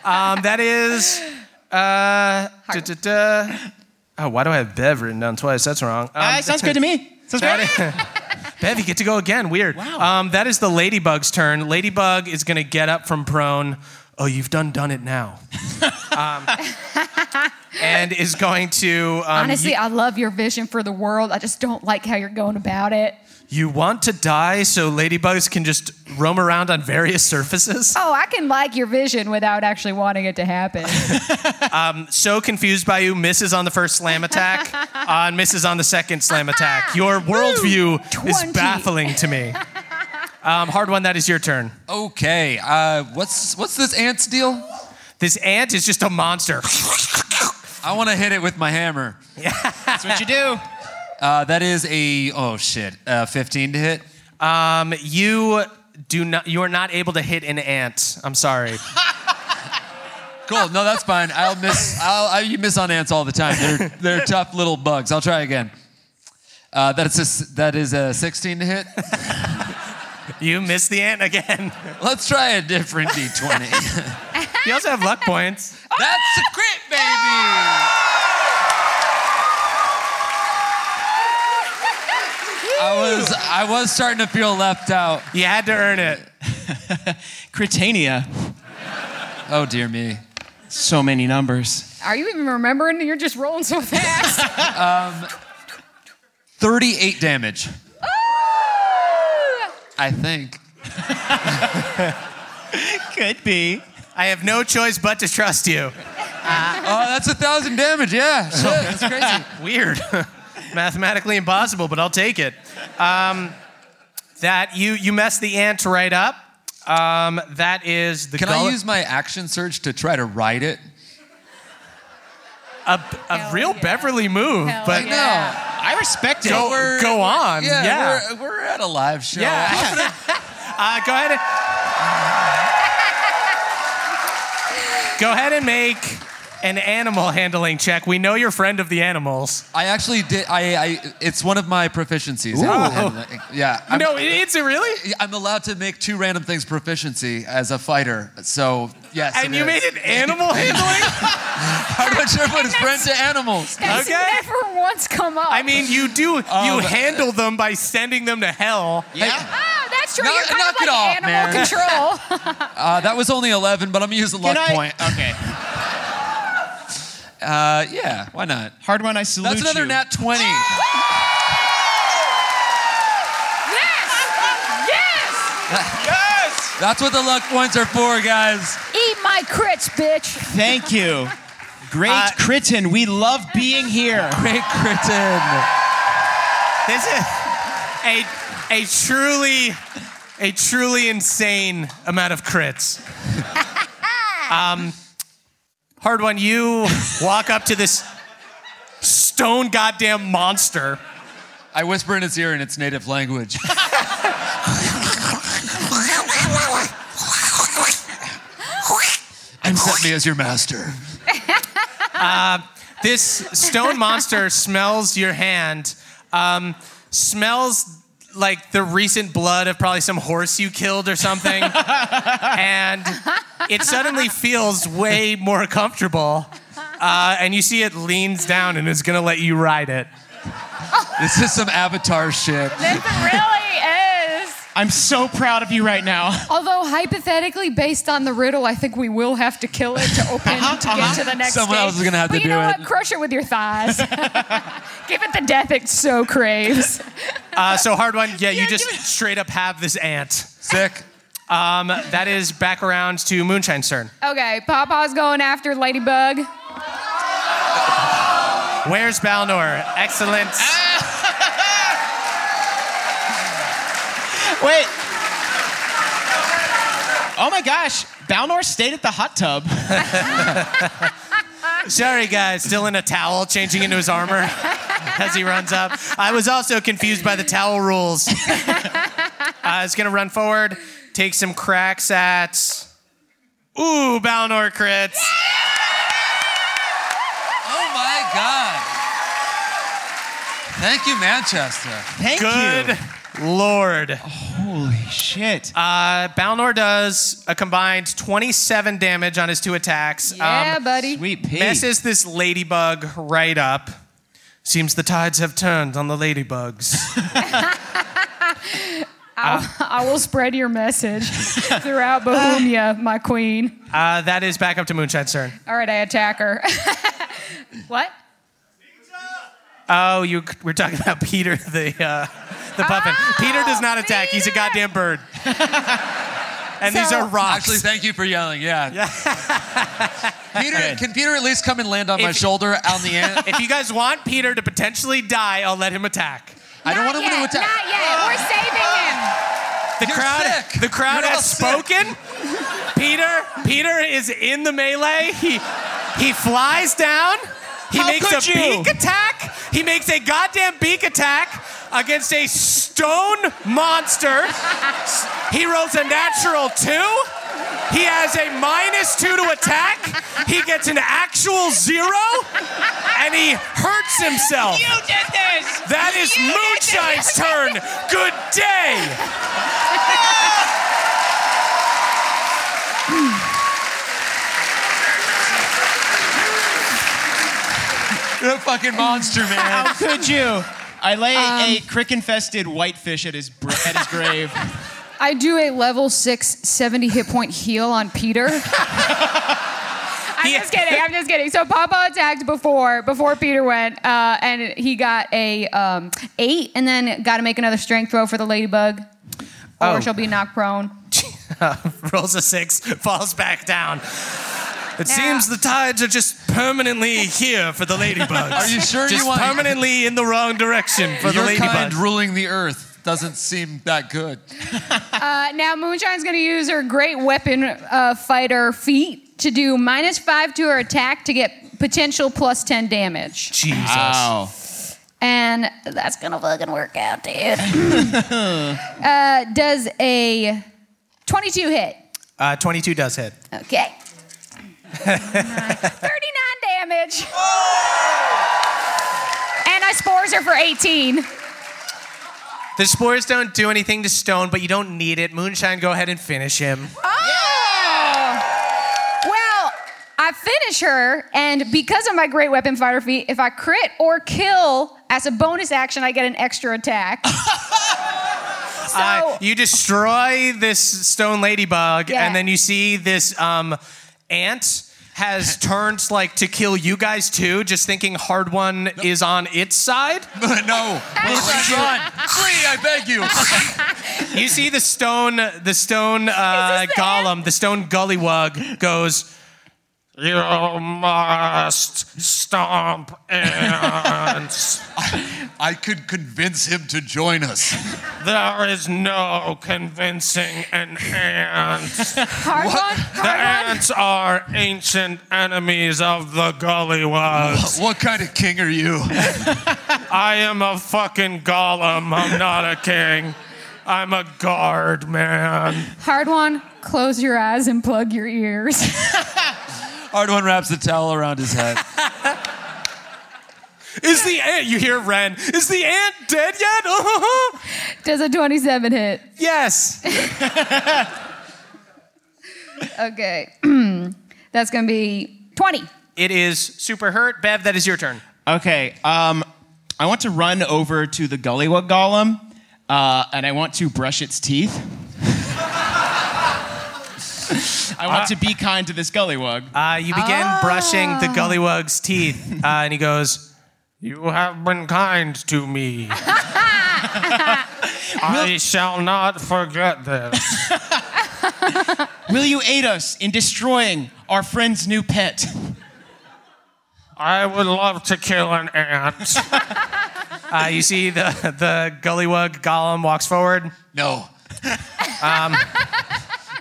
um, that is. Uh, duh, duh, duh. Oh, why do I have Bev written down twice? That's wrong. Um, Ah, sounds good to me. Sounds That great. is- Bev, you get to go again. Weird. Wow. Um, that is the ladybug's turn. Ladybug is going to get up from prone. Oh, you've done done it now. um, and is going to. Um, Honestly, you, I love your vision for the world. I just don't like how you're going about it. you want to die so ladybugs can just roam around on various surfaces? Oh, I can like your vision without actually wanting it to happen. So confused by you, misses on the first slam attack, uh, and misses on the second slam attack. Your worldview is 20. baffling to me. Um, hard one, that is your turn. Okay, uh, what's what's this ant's deal? This ant is just a monster. I want to hit it with my hammer. That's what you do. Uh, that is a oh shit, uh, 15 to hit. Um, you do not. You are not able to hit an ant. I'm sorry. Cool. No, that's fine. I'll miss. I'll, I, you miss on ants all the time. They're they're tough little bugs. I'll try again. Uh, that's a, s- that is a 16 to hit. You missed the ant again. Let's try a different d20. You also have luck points. That's a crit, baby. I was I was starting to feel left out. You had to earn it. Cretania. Oh dear me. So many numbers. Are you even remembering? You're just rolling so fast. 38 damage, I think. Could be. I have no choice but to trust you. Oh, that's a thousand damage. Yeah, shit, that's crazy. Weird. Mathematically impossible, but I'll take it. Um, that you you messed the ant right up. Um, that is the Can I gullet- use my action search to try to ride it? a, a real Beverly move, Hell but yeah. No, I respect it. So we're- go on, Yeah, yeah. We're, we're at a live show. Yeah. uh, go ahead. And, go ahead and make an animal handling check. We know you're friend of the animals. I actually did. I, I it's one of my proficiencies. Yeah. I'm, no, it, it's a really. I'm allowed to make two random things proficiency as a fighter. So yes. And it you is. made an animal handling. I'm not sure if it's friend to animals. That's Okay. never once come up. I mean, you do. you handle them by sending them to hell. Um, Yeah. oh, that's true. Knock- You're kind knock of it like off, animal man. control. Uh, that was only 11, but I'm gonna use the luck Can I- point. Okay. Uh, yeah. Why not? Hard one. I salute That's another you. nat 20. yes, yes. Yes! That's what the luck points are for, guys. Eat my crits, bitch. Thank you. Great Uh, Crichton. We love being here. Great Crichton. This is a a truly a truly insane amount of crits. um, hard one. You walk up to this stone goddamn monster. I whisper in its ear in its native language. Accept me as your master. This stone monster smells your hand. Um, smells like the recent blood of probably some horse you killed or something, and it suddenly feels way more comfortable. Uh, and you see it leans down and is gonna let you ride it. This is some Avatar shit. This really is. I'm so proud of you right now. Although hypothetically, based on the riddle, I think we will have to kill it to open Uh-huh, to get to the next. Someone stage. else is gonna have But to you do know it. What? Crush it with your thighs. Give it the death it so craves. Uh, so hard one. Yeah, you just straight up have this ant. Sick. Um, that is back around to Moonshine's turn. Okay, Papa's going after Ladybug. Where's Balnor? Excellent. Wait. Oh my gosh. Balnor stayed at the hot tub. Sorry, guys. Still in a towel, changing into his armor as he runs up. I was also confused by the towel rules. uh, it's gonna run forward, take some cracks at. Ooh, Balnor crits. Oh my God. Thank you, Manchester. Thank Good you. lord. Holy shit. Uh, Balnor does a combined 27 damage on his two attacks. Yeah, Um, buddy. Sweet pea. messes this ladybug right up. Seems the tides have turned on the ladybugs. I will spread your message throughout Bohemia, my queen. uh, that is back up to Moonshine's turn. All right, I attack her. what? Oh, you we're talking about Peter the uh, the puffin. Oh, Peter does not attack. He's a Peter! goddamn bird. and these So- are rocks. Actually, thank you for yelling. Yeah. Peter, can Peter at least come and land on my If- shoulder on the end? if you guys want Peter to potentially die, I'll let him attack. I don't want him to attack. Not yet. We're saving The You're crowd, sick. the crowd You're all has spoken. Peter, Peter is in the melee. He he flies down. He How makes could a you? beak attack. He makes a goddamn beak attack against a stone monster. S- he rolls a natural two. He has a minus two to attack. He gets an actual zero, and he hurts himself. You did this! That is Moonshine's turn. Good day. You're a fucking monster, man. How could you? I lay a crick infested whitefish at his, br- at his grave. him. I do a level six, 70 hit point heal on Peter. I'm just kidding. I'm just kidding. So Papa attacked before before Peter went, uh, and he got a um, eight, and then got to make another strength throw for the ladybug, or Oh. she'll be knocked prone. rolls a six, falls back down. It Now- seems the tides are just permanently here for the ladybugs. Are you sure just you want permanently in the wrong direction for your the kind ladybugs? ruling the earth doesn't seem that good. Uh, now Moonshine's going to use her great weapon uh, fighter feat to do Ah. minus five to her attack to get potential plus ten damage. Jesus. Wow. and that's gonna fucking work out, dude. uh, does a 22 hit? Uh, 22 does hit. Okay. 39 damage. And I spores her for 18. The spores don't do anything to Stone, but you don't need it. Moonshine, go ahead and finish him. Oh! Well, I finish her, and because of my great weapon fighter feat, if I crit or kill as a bonus action, I get an extra attack. so, Uh, you destroy this stone ladybug, Yeah. and then you see this um, ant has turned like to kill you guys too, just thinking hard one is on its side. no. Moonshine, run. Free, I beg you. You see the stone, the stone uh, Is this the golem, the stone gullywug goes. You must stomp ants. I could convince him to join us. there is no convincing an ant. hard one, The hard one. ants are ancient enemies of the gullywugs. What kind of king are you? I am a fucking golem. I'm not a king. I'm a guard man. Hard one, close your eyes and plug your ears. Hard one wraps the towel around his head. Is the ant? You hear Ren? Is the ant dead yet? does a 27 hit? yes. Okay. That's gonna be 20. It is super hurt. Bev, that is your turn. Okay. Um, I want to run over to the Gullywug Golem, uh, and I want to brush its teeth. I want to be kind to this Gullywug. Uh, you begin brushing the gullywug's teeth, uh, and he goes, You have been kind to me. I shall not forget this. Will you aid us in destroying our friend's new pet? I would love to kill an ant. uh, you see the, the gullywug golem walks forward. No. Um,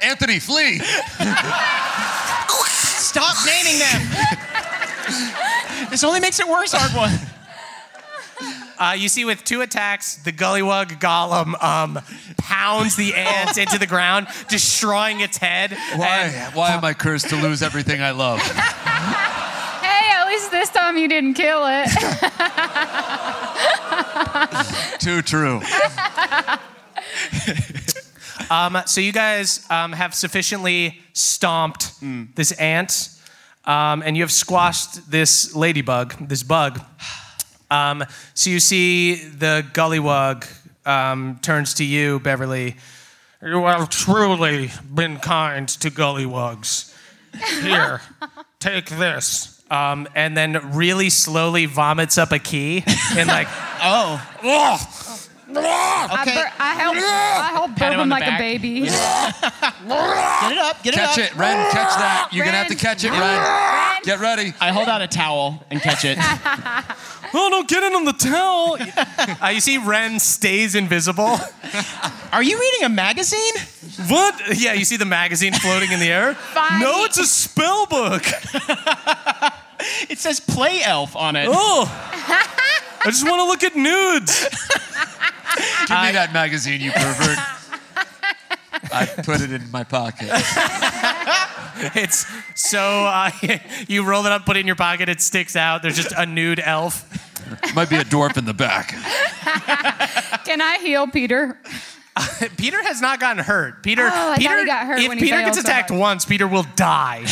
Anthony, flee. Stop naming them. this only makes it worse, hard one. Uh, you see with two attacks, the gullywug golem um, pounds the ant into the ground, destroying its head. Why? Why am I cursed to lose everything I love? Hey, at least this time you didn't kill it. Too true. Um, so you guys um, have sufficiently stomped this ant, um, and you have squashed this ladybug, this bug. Um, so you see the gullywug um, turns to you, Beverly. You have truly been kind to gullywugs. Here, take this. Um, and then really slowly vomits up a key and like, Oh, I, bur- I help, I help burp him on him the like back. a baby. get it up, get Catch it up. it, Ren. Catch that. You're gonna have to Ren. catch it, Ren. Ren. Get ready. I hold out a towel and catch it. oh no, get in on the towel. uh, you see, Ren stays invisible. Are you reading a magazine? What? Yeah, you see the magazine floating in the air? Fine. No, it's a spell book. It says play elf on it. Oh. I just want to look at nudes. Give me that magazine, you pervert. I put it in my pocket. It's so uh, you roll it up, put it in your pocket, it sticks out. There's just a nude elf. Might be a dwarf in the back. Can I heal Peter? Peter has not gotten hurt. Peter, Oh, I thought Peter he got hurt If when he Peter failed gets so attacked hard. once, Peter will die.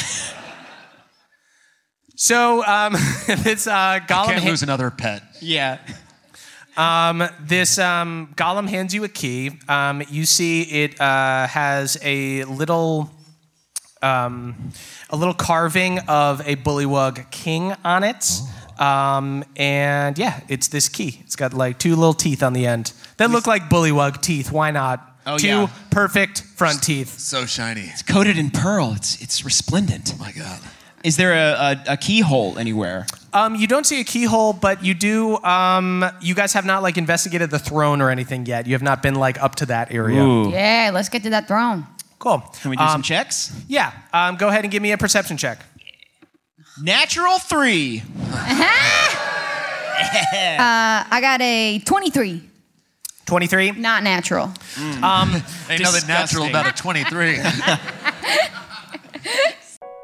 so um, this uh, golem Can't ha- lose another pet. Yeah. this um, golem hands you a key. Um, you see it uh, has a little, um, a little carving of a bullywug king on it. Oh. Um, and yeah, it's this key. It's got like two little teeth on the end that look like bullywug teeth. Why not? Oh, two yeah. perfect front teeth. So shiny. Coated in pearl. It's it's resplendent. Oh My God. Is there a, a, a keyhole anywhere? Um, you don't see a keyhole, but you do. Um, you guys have not like investigated the throne or anything yet. You have not been like up to that area. Yeah, let's get to that throne. Cool. Can we do some Um, checks? Yeah. Um, go ahead and give me a perception check. Natural three. Uh, I got a 23. 23. Not natural. Um, Ain't nothing natural about a 23.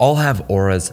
all have auras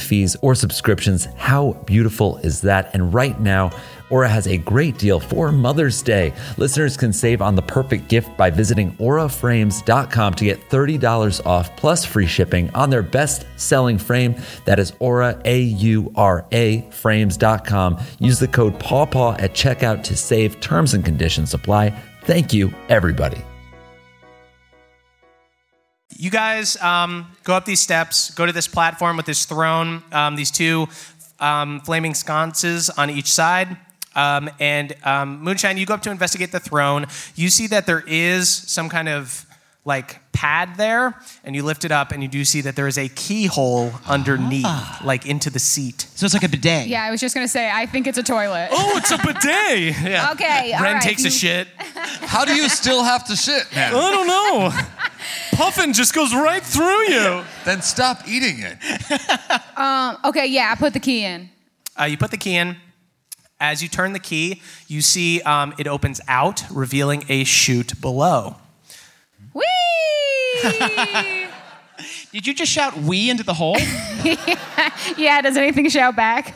fees or subscriptions. How beautiful is that? And right now, Aura has a great deal for Mother's Day. Listeners can save on the perfect gift by visiting auraframes.com to get $30 off plus free shipping on their best selling frame. That is aura, A U R A, frames.com. Use the code PAWPAW at checkout to save. Terms and conditions apply. Thank you, everybody. you guys um, go up these steps, go to this platform with this throne, um, these two um, flaming sconces on each side. Um, and um, Moonshine, you go up to investigate the throne. You see that there is some kind of like pad there, and you lift it up, and you do see that there is a keyhole underneath, like into the seat. So it's like a bidet. Yeah, I was just going to say, I think it's a toilet. Oh, it's a bidet. yeah. Okay, all Ren right, takes you- a shit. How do you still have to shit now? I don't know. Puffin just goes right through you. Then stop eating it. Okay, yeah, I put the key in. Uh, you put the key in. As you turn the key, you see um, it opens out, revealing a chute below. Whee! Did you just shout "we" into the hole? yeah, does anything shout back?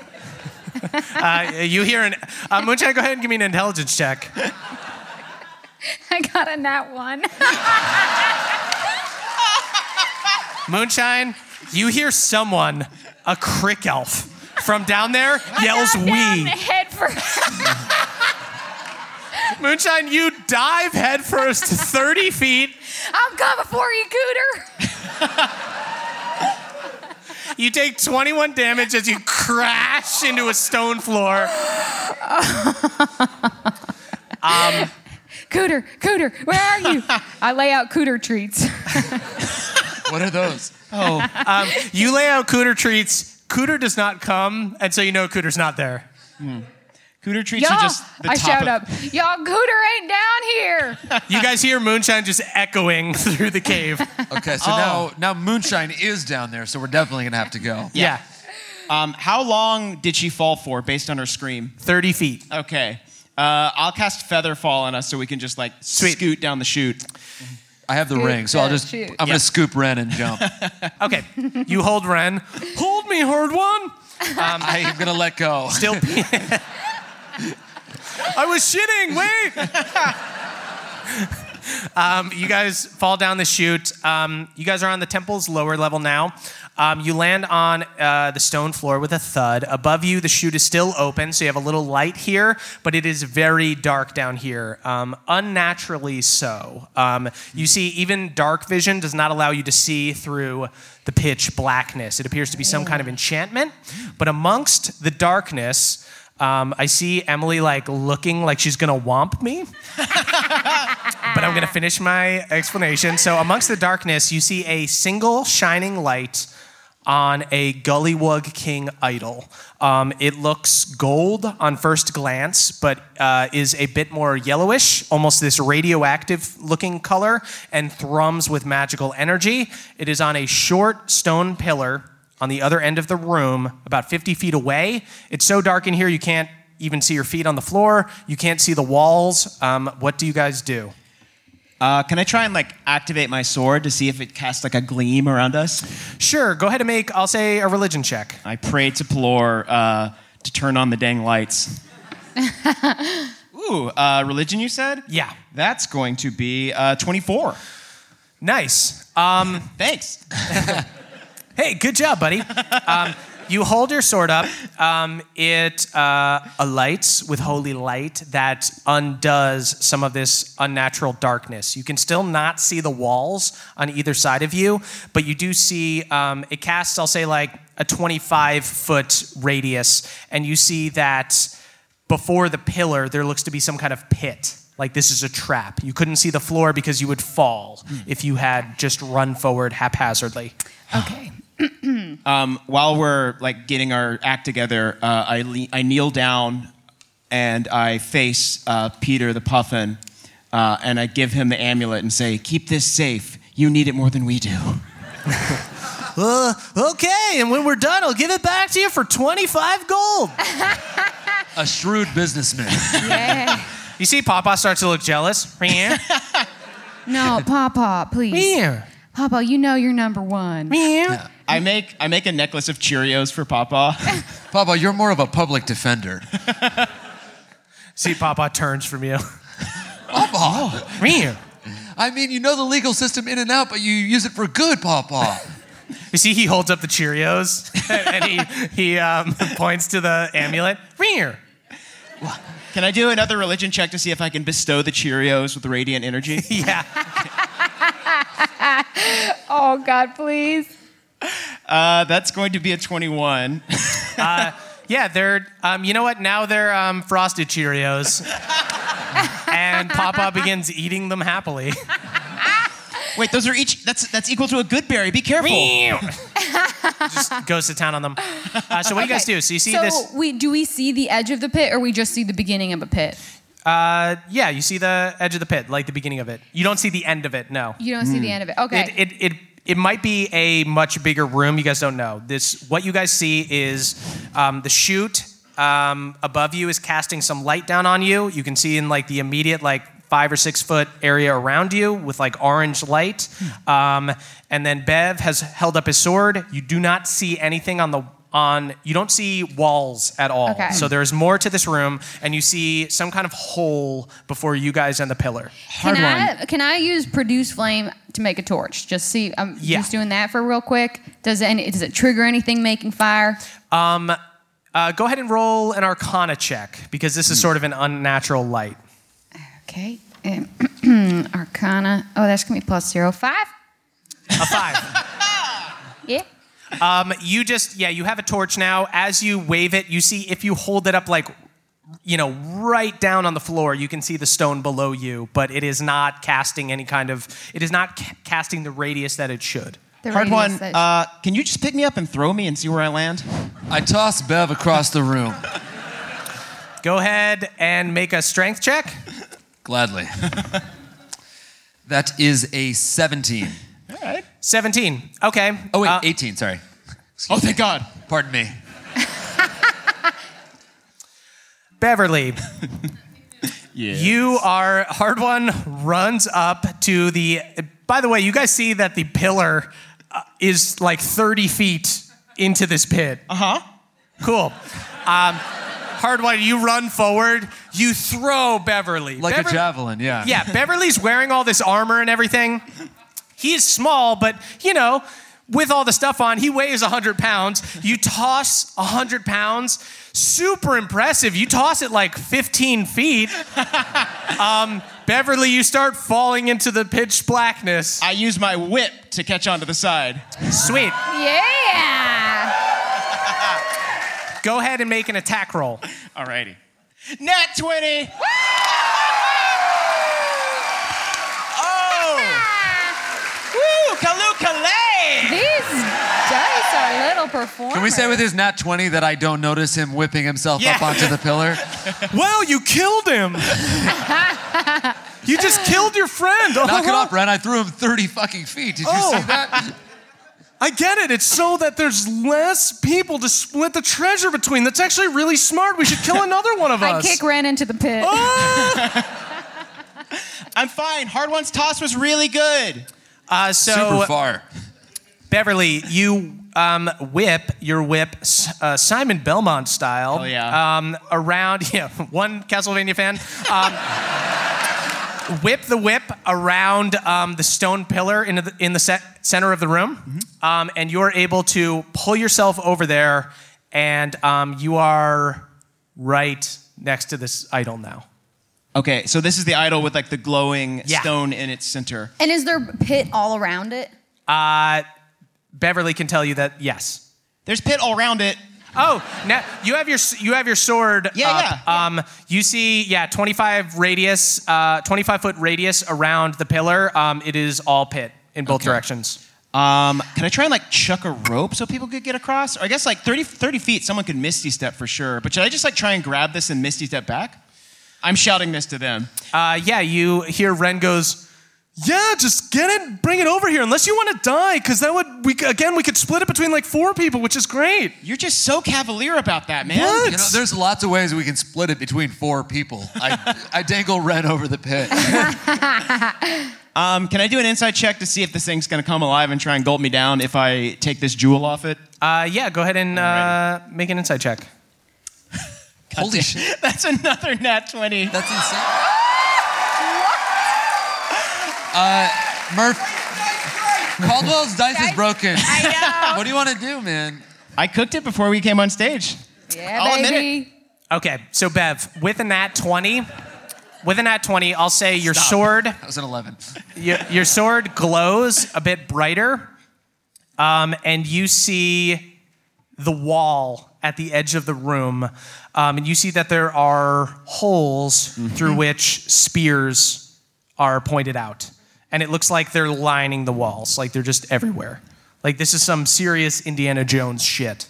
Uh, you hear an. Uh, Moonshine, go ahead and give me an intelligence check. I got a nat one. Moonshine, you hear someone, a crick elf, from down there yells Dive down "wee." Head first. Moonshine, you dive headfirst 30 feet. I'm coming for you, Cooter. You take 21 damage as you crash into a stone floor. Um, Cooter, Cooter, where are you? I lay out Cooter treats. What are those? You lay out Cooter treats. Cooter does not come, and so you know Cooter's not there. Cooter treats Y'all, are just the I top shout of- up. Y'all, Cooter ain't down here. You guys hear moonshine just echoing through the cave. Okay, so now now moonshine is down there, so we're definitely gonna have to go. Yeah, Um, how long did she fall for, based on her scream? 30 feet. Okay. Uh, I'll cast Feather Fall on us so we can just like scoot down the chute. I have the ring, so I'll just shoot. I'm gonna scoop Ren and jump. Okay, you hold Ren. Hold me, hard one. I am gonna let go. Still, I was shitting. Wait. Um, you guys fall down the chute. Um, you guys are on the temple's lower level now. Um, you land on uh, the stone floor with a thud. Above you, the chute is still open, so you have a little light here, but it is very dark down here, um, unnaturally so. Um, you see, even dark vision does not allow you to see through the pitch blackness. It appears to be some kind of enchantment, but amongst the darkness, um, I see Emily like looking like she's gonna womp me but I'm going to finish my explanation. So, amongst the darkness, you see a single shining light on a Gullywug King idol. Um, it looks gold on first glance, but uh, is a bit more yellowish, almost this radioactive looking color, and thrums with magical energy. It is on a short stone pillar on the other end of the room, about 50 feet away. It's so dark in here, you can't even see your feet on the floor. You can't see the walls. Um, what do you guys do? Uh, can I try and like activate my sword to see if it casts like a gleam around us? Sure. Go ahead and make. I'll say a religion check. I pray to Plor uh, to turn on the dang lights. Ooh, uh, religion you said? Yeah. That's going to be uh, 24. Nice. Um, Thanks. hey, good job, buddy. Um, you hold your sword up. Um, it uh, alights with holy light that undoes some of this unnatural darkness. You can still not see the walls on either side of you, but you do see um, it casts, I'll say, like a 25 foot radius, and you see that before the pillar, there looks to be some kind of pit. Like this is a trap. You couldn't see the floor because you would fall if you had just run forward haphazardly. um, while we're like getting our act together, uh, I, le- I kneel down and I face uh, Peter the Puffin uh, and I give him the amulet and say, Keep this safe. You need it more than we do. Uh, okay, and when we're done, I'll give it back to you for 25 gold. A shrewd businessman. You see, Papa starts to look jealous. No, Papa, please. Papa, you know you're number one. I make I make a necklace of Cheerios for Papa. Papa, you're more of a public defender. see, Papa turns from you. Papa! you I mean, you know the legal system in and out, but you use it for good, Papa. see, he holds up the Cheerios and he he um, points to the amulet. Rear. Can I do another religion check to see if I can bestow the Cheerios with radiant energy? Yeah. Oh God, please. Uh, that's going to be a 21. Yeah, they're. Um, you know what? Now they're um, frosted Cheerios. and Papa begins eating them happily. Wait, those are each. That's that's equal to a good berry. Be careful. Just goes to town on them. Uh, so what do you guys Okay, do? So you see so this? we do we see the edge of the pit, or we just see the beginning of a pit? Uh, yeah, you see the edge of the pit, like the beginning of it. You don't see the end of it. No. You don't see the end of it. Okay. Hmm. It, it, it, it might be a much bigger room. You guys don't know. This what you guys see is um, the chute um, above you is casting some light down on you. You can see in like the immediate like five or six foot area around you with like orange light. Hmm. Um, and then Bev has held up his sword. You do not see anything on the on you don't see walls at all. Okay. So there's more to this room and you see some kind of hole before you guys and the pillar. can I Uh, can I use produce flame to make a torch? Just see. um, I'm Yeah. just doing that for real quick. Does it any, does it trigger anything making fire? Um, uh, go ahead and roll an Arcana check because this is sort of an unnatural light. Okay. Um, Arcana. Oh, that's gonna be plus zero five. A five. Yeah. um, you just yeah, you have a torch now. As you wave it, you see if you hold it up like you know right down on the floor, you can see the stone below you, but it is not casting any kind of. It is not ca- casting the radius that it should. The Hard radius one. that- Uh, can you just pick me up and throw me and see where I land? I toss Bev across the room. Go ahead and make a strength check. Gladly. That is a 17. Seventeen. Okay. Oh, wait, Uh, 18, sorry. Oh, thank God. Pardon me. Beverly, Yeah. You are hard one runs up to the. By the way, you guys see that the pillar uh, is Uh-huh. like 30 feet into this pit. Uh huh. Cool. Um, Hardwired, you run forward, you throw Beverly. Like Beverly- a javelin, yeah. Yeah, Beverly's wearing all this armor and everything. He is small, but you know, with all the stuff on, he weighs 100 pounds. You toss 100 pounds. Super impressive. You toss it like 15 feet. Um, Beverly, you start falling into the pitch blackness. I use my whip to catch onto the side. Sweet. Yeah. Go ahead and make an attack roll. Alrighty. Nat 20. Woo! Kalu Kalay! These dice are little performers. Can we say with his nat 20 that I don't notice him whipping himself Yeah. up onto the pillar? Well, you killed him. You just killed your friend. Knock it off, Ren. I threw him 30 fucking feet. Did you see that? I get it. It's so that there's less people to split the treasure between. That's actually really smart. We should kill another one of I us. Ah! kick Ren into the pit. Oh. I'm fine. Hard one's toss was really good. Uh, so Super far. Beverly, you um, whip your whip S- uh, Simon Belmont style. Hell yeah. Um, around yeah, one Castlevania fan. Um, whip the whip around um, the stone pillar in the in the se- center of the room, Mm-hmm. um, and you're able to pull yourself over there, and um, you are right next to this idol now. Okay, so this is the idol with like the glowing stone in its center. And is there pit all around it? Uh, Beverly can tell you that yes. There's pit all around it. Oh, now you have your s- you have your sword. Yeah, up. Um, you see, yeah, 25 radius, uh, 25 foot radius around the pillar. Um, it is all pit in both directions. Um, can I try and like chuck a rope so people could get across? Or I guess like 30, 30 feet, someone could misty step for sure. But should I just like try and grab this and misty step back? I'm shouting this to them. Uh, yeah, you hear Ren goes. Yeah, just get it, bring it over here. Unless you want to die, because that would we c- again we could split it between like four people, which is great. You're just so cavalier about that, man. You know, there's lots of ways we can split it between four people. I, I dangle Ren over the pit. Um, can I do an inside check to see if this thing's gonna come alive and try and gulp me down if I take this jewel off it? Uh, yeah, go ahead and uh, make an inside check. Holy shit. That's another nat 20. That's insane. Uh, Murph, Caldwell's dice is broken. I know. What do you want to do, man? I cooked it before we came on stage. Yeah, Oh, I'll admit baby. Okay, so Bev, with an at 20, with an at 20, I'll say your sword. That was an 11. Your, your sword glows a bit brighter, um, and you see the wall at the edge of the room, um, and you see that there are holes through which spears are pointed out. And it looks like they're lining the walls, like they're just everywhere. Like this is some serious Indiana Jones shit.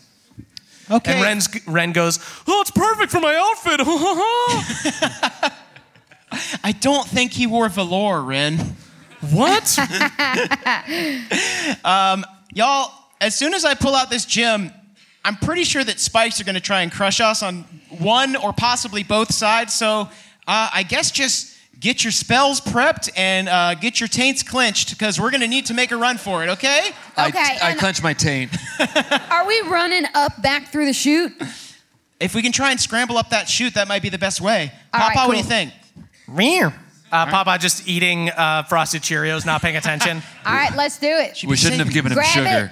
Okay. And Ren's, Ren goes, Oh, it's perfect for my outfit. I don't think he wore velour, Ren. What? um, y'all, as soon as I pull out this gem, I'm pretty sure that spikes are going to try and crush us on one or possibly both sides. So uh, I guess just get your spells prepped and uh, get your taints clenched because we're going to need to make a run for it, okay? I, Okay, I and- clench my taint. Are we running up back through the chute? If we can try and scramble up that chute, that might be the best way. All Papa, right, what do you cool. think? Rear. Uh, Papa just eating uh, frosted Cheerios, not paying attention. All right, let's do it. We shouldn't have given him Grab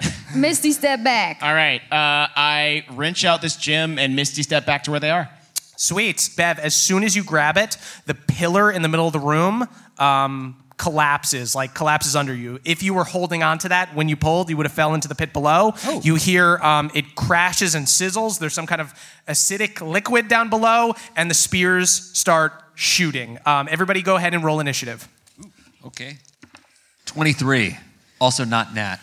sugar. It. Misty, step back. All right, uh, I wrench out this gem and Misty step back to where they are. Sweet, Bev. As soon as you grab it, the pillar in the middle of the room um, collapses, like collapses under you. If you were holding on to that when you pulled, you would have fell into the pit below. You hear um, it crashes and sizzles. There's some kind of acidic liquid down below, and the spears start shooting. Um, everybody, go ahead and roll initiative. Okay. 23. Also not Nat.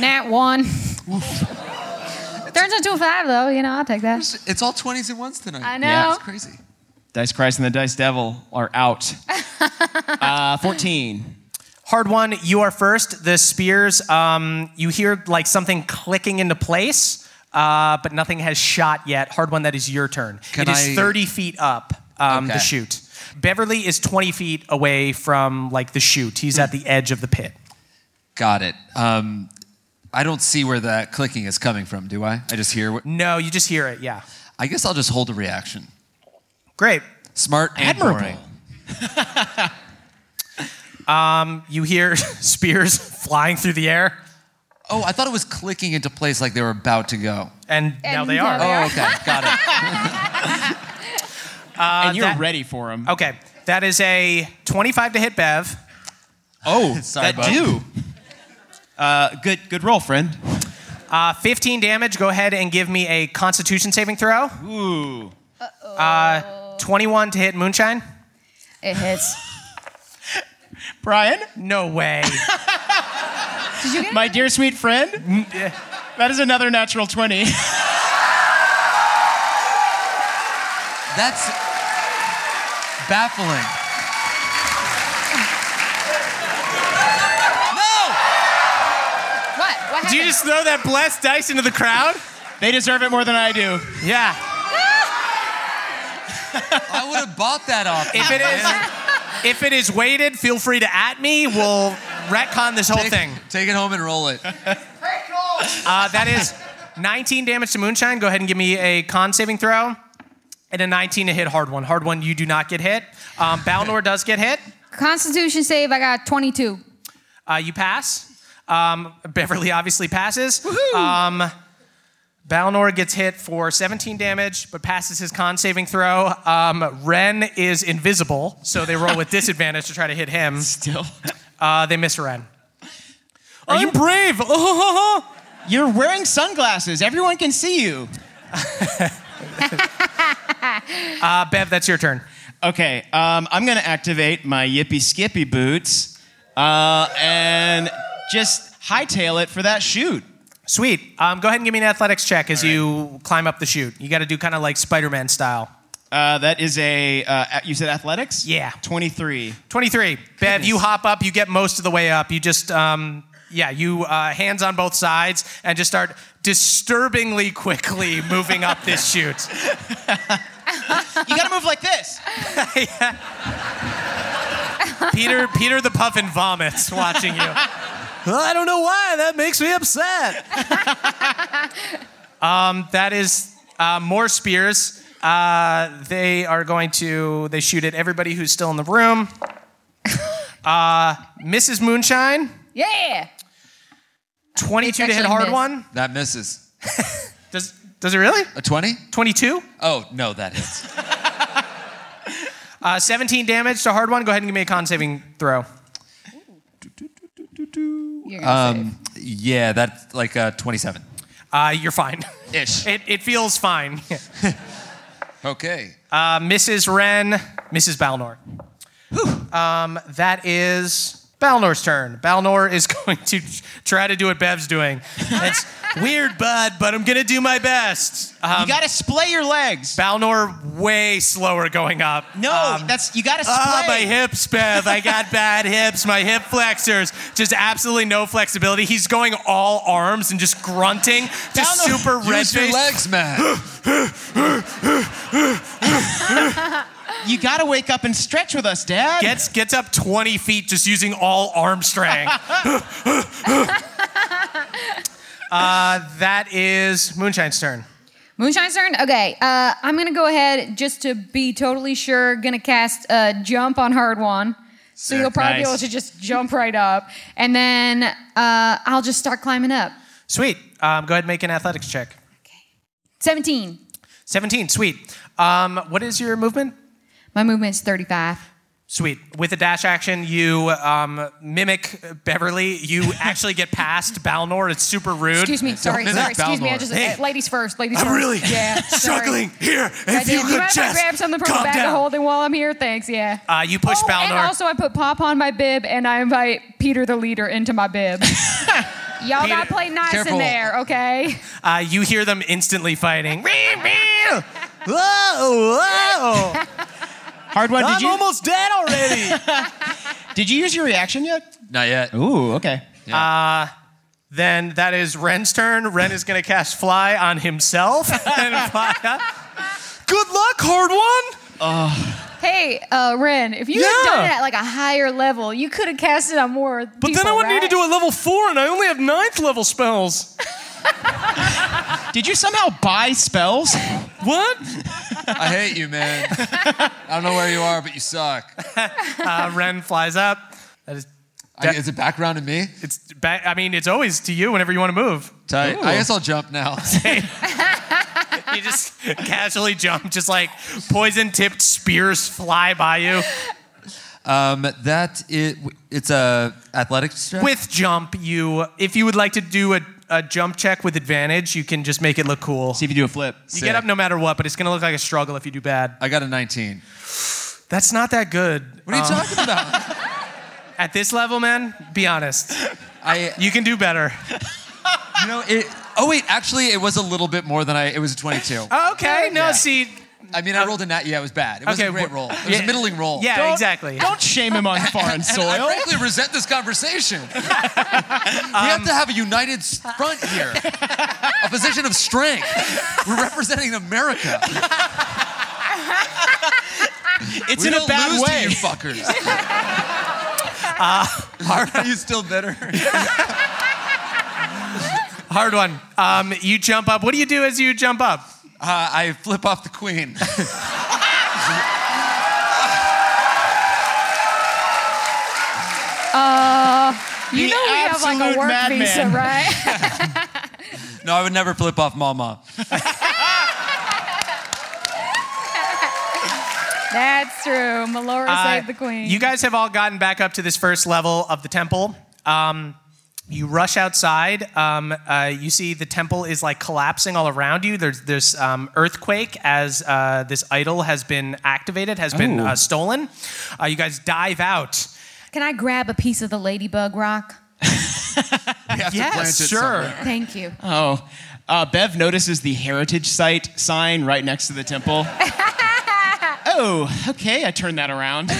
Nat one. Turns into a five though. You know, I'll take that. It's all twenties and ones tonight. I know. Yeah. It's crazy. Dice Christ and the Dice Devil are out. uh, 14. Hard one, you are first. The spears, um, you hear like something clicking into place, uh, but nothing has shot yet. Hard one, that is your turn. Can it is I- 30 feet up um, Okay. the chute. Beverly is 20 feet away from like the chute. He's at the edge of the pit. Got it. Um, I don't see where that clicking is coming from, do I? I just hear what. No, you just hear it, yeah. I guess I'll just hold a reaction. Great. Smart and Admirable. boring. Um, you hear spears flying through the air. Oh, I thought it was clicking into place like they were about to go. And, now they are. Oh, okay. Got it. Uh, Oh, And you're ready for them. Okay. That is a 25 to hit Bev. Oh, Sorry, that bud. do. Uh, good, good roll, friend. Uh, 15 damage. Go ahead and give me a constitution saving throw. Ooh. Uh, 21 to hit Moonshine. It hits. Brian? No way. My dear sweet friend, that is another natural 20. That's baffling. What? What Do you just throw that blessed dice into the crowd? They deserve it more than I do. Yeah. I would have bought that off. If it is, if it is weighted, feel free to at me. We'll retcon this whole Take- thing. Take it home and roll it. Uh, that is 19 damage to Moonshine. Go ahead and give me a con saving throw. And a 19 to hit hard one. Hard one, you do not get hit. Um, Balnor does get hit. Constitution save, I got 22. Uh, you pass. Um, Beverly obviously passes. Um, Balnor gets hit for 17 damage, but passes his con saving throw. Um, Ren is invisible, so they roll with disadvantage to try to hit him. Still. Uh, they miss Ren. Are you brave? You're wearing sunglasses. Everyone can see you. uh, Bev, that's your turn. Okay, um, I'm going to activate my Yippy Skippy boots uh, and just hightail it for that shoot. Sweet. Um, go ahead and give me an athletics check as you climb up the chute. You got to do kind of like Spider Man style. Uh, that is a, uh, you said athletics? Yeah. 23. 23. Bev, you hop up. You get most of the way up. You just, um, yeah, you uh, hands on both sides and just start disturbingly quickly moving up this chute. You got to move like this. Peter, Peter the Puffin vomits watching you. I don't know why. That makes me upset. um, that is uh, more spears. Uh, they are going to. They shoot at everybody who's still in the room. Uh, Mrs. Moonshine, Yeah. twenty-two to hit actually hard missed. one. That misses. Does does it really? A 20? 22? Oh, no, that hits. Uh, Seventeen damage to hard one. Go ahead and give me a con saving throw. You're Um, yeah, that's like uh, 27. Uh, you're fine. Ish. It, it feels fine. Okay. Uh, Mrs. Wren, Mrs. Balnor. Um, that is Balnor's turn. Balnor is going to try to do what Bev's doing. It's weird, bud, but I'm going to do my best. Um, you got to splay your legs. Balnor way slower going up. Uh, No, that's, you got to splay. um, Ah, my hips, Bev. I got bad hips. My hip flexors. Just absolutely no flexibility. He's going all arms and just grunting. Just Balnor, super use red your faced. legs, man. You got to wake up and stretch with us, Dad. Gets gets up 20 feet just using all arm strength. uh, that is Moonshine's turn. Moonshine's turn? Okay. Uh, I'm going to go ahead, just to be totally sure, going to cast uh, Jump on Hard One. So you'll probably be Nice. able to just jump right up. And then uh, I'll just start climbing up. Sweet. Um, go ahead and make an athletics check. 17. 17. Sweet. Um, what is your movement? My movement's 35. Sweet. With a dash action, you um, mimic Beverly. You actually get past Balnor. It's super rude. Excuse me. Sorry. mimic Sorry. Excuse me. I Balnor. just Hey. Oh, uh, ladies first. Ladies I'm first. really yeah, sorry. here. Goddamn, you mind if I grab something from the bag of holding while I'm here? Thanks. Yeah. Uh, you push oh, Balnor. and also I put Pop on my bib, and I invite Peter the leader into my bib. Y'all Peter, got play nice careful. in there, okay? Uh, you hear them instantly fighting. whoa, whoa! Hard one. Did you, almost dead already. did you use your reaction yet? Not yet. Ooh, okay. then that is Ren's turn. Ren is going to cast fly on himself. and fly up. Good luck, hard one. Hey, uh, Ren, if you had Yeah. done it at like a higher level, you could have cast it on more. But then I would need to do a level four, and I only have ninth level spells. Did you somehow buy spells? What? I hate you, man. I don't know where you are, but you suck. Uh, Ren flies up. That is. I- is it background to me? It's back. I mean, it's always to you whenever you want to move. Tight. I guess I'll jump now. you just casually jump, just like poison-tipped spears fly by you. Um, that it it's a athletics check? With jump, you if you would like to do a, a jump check with advantage, you can just make it look cool. See if you do a flip. You get up no matter what, but it's gonna look like a struggle if you do bad. I got a 19. That's not that good. Um, What are you talking about? At this level, man, be honest. I you can do better. you know it. Oh wait, actually, it was a little bit more than I. It was a 22. Oh, okay, no, see. I mean, I rolled a nat. Yeah, it was bad. It was Okay, a great wh- roll. It was yeah. a middling roll. Yeah, Don't- exactly. don't shame him on foreign And soil. I frankly resent this conversation. we have to Um, have a united s- front here, a position of strength. We're representing America. It's We in a don't bad lose to way. Uh, you fuckers. Are you still bitter? Hard one. Um, you jump up. What do you do as you jump up? Uh, I flip off the queen. Uh, you The know we have like absolute a work madman. visa, right? No, I would never flip off Mama. That's true. Melora Uh, saved the queen. You guys have all gotten back up to this first level of the temple. Um, you rush outside. Um, uh, you see the temple is like collapsing all around you. There's this um, earthquake as uh, this idol has been activated, has been Oh. uh, stolen. Uh, you guys dive out. Can I grab a piece of the ladybug rock? Yes, sure. Thank you. Oh, uh, Bev notices the heritage site sign right next to the temple. oh, okay. I turned that around.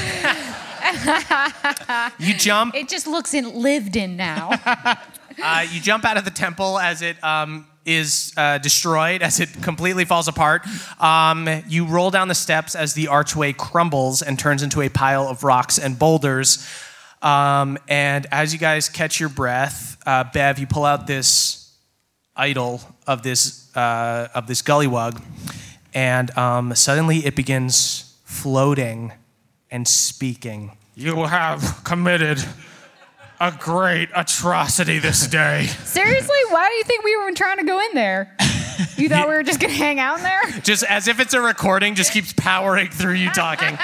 You jump. It just looks in, lived in now. Uh, you jump out of the temple as it um, is uh, destroyed, as it completely falls apart. Um, you roll down the steps as the archway crumbles and turns into a pile of rocks and boulders. Um, and as you guys catch your breath, uh, Bev, you pull out this idol of this uh, of this gullywug, and um, suddenly it begins floating and speaking. You have committed a great atrocity this day. Seriously, why do you think we were trying to go in there? You thought we were just gonna hang out in there? just as if it's a recording, just keeps powering through you talking.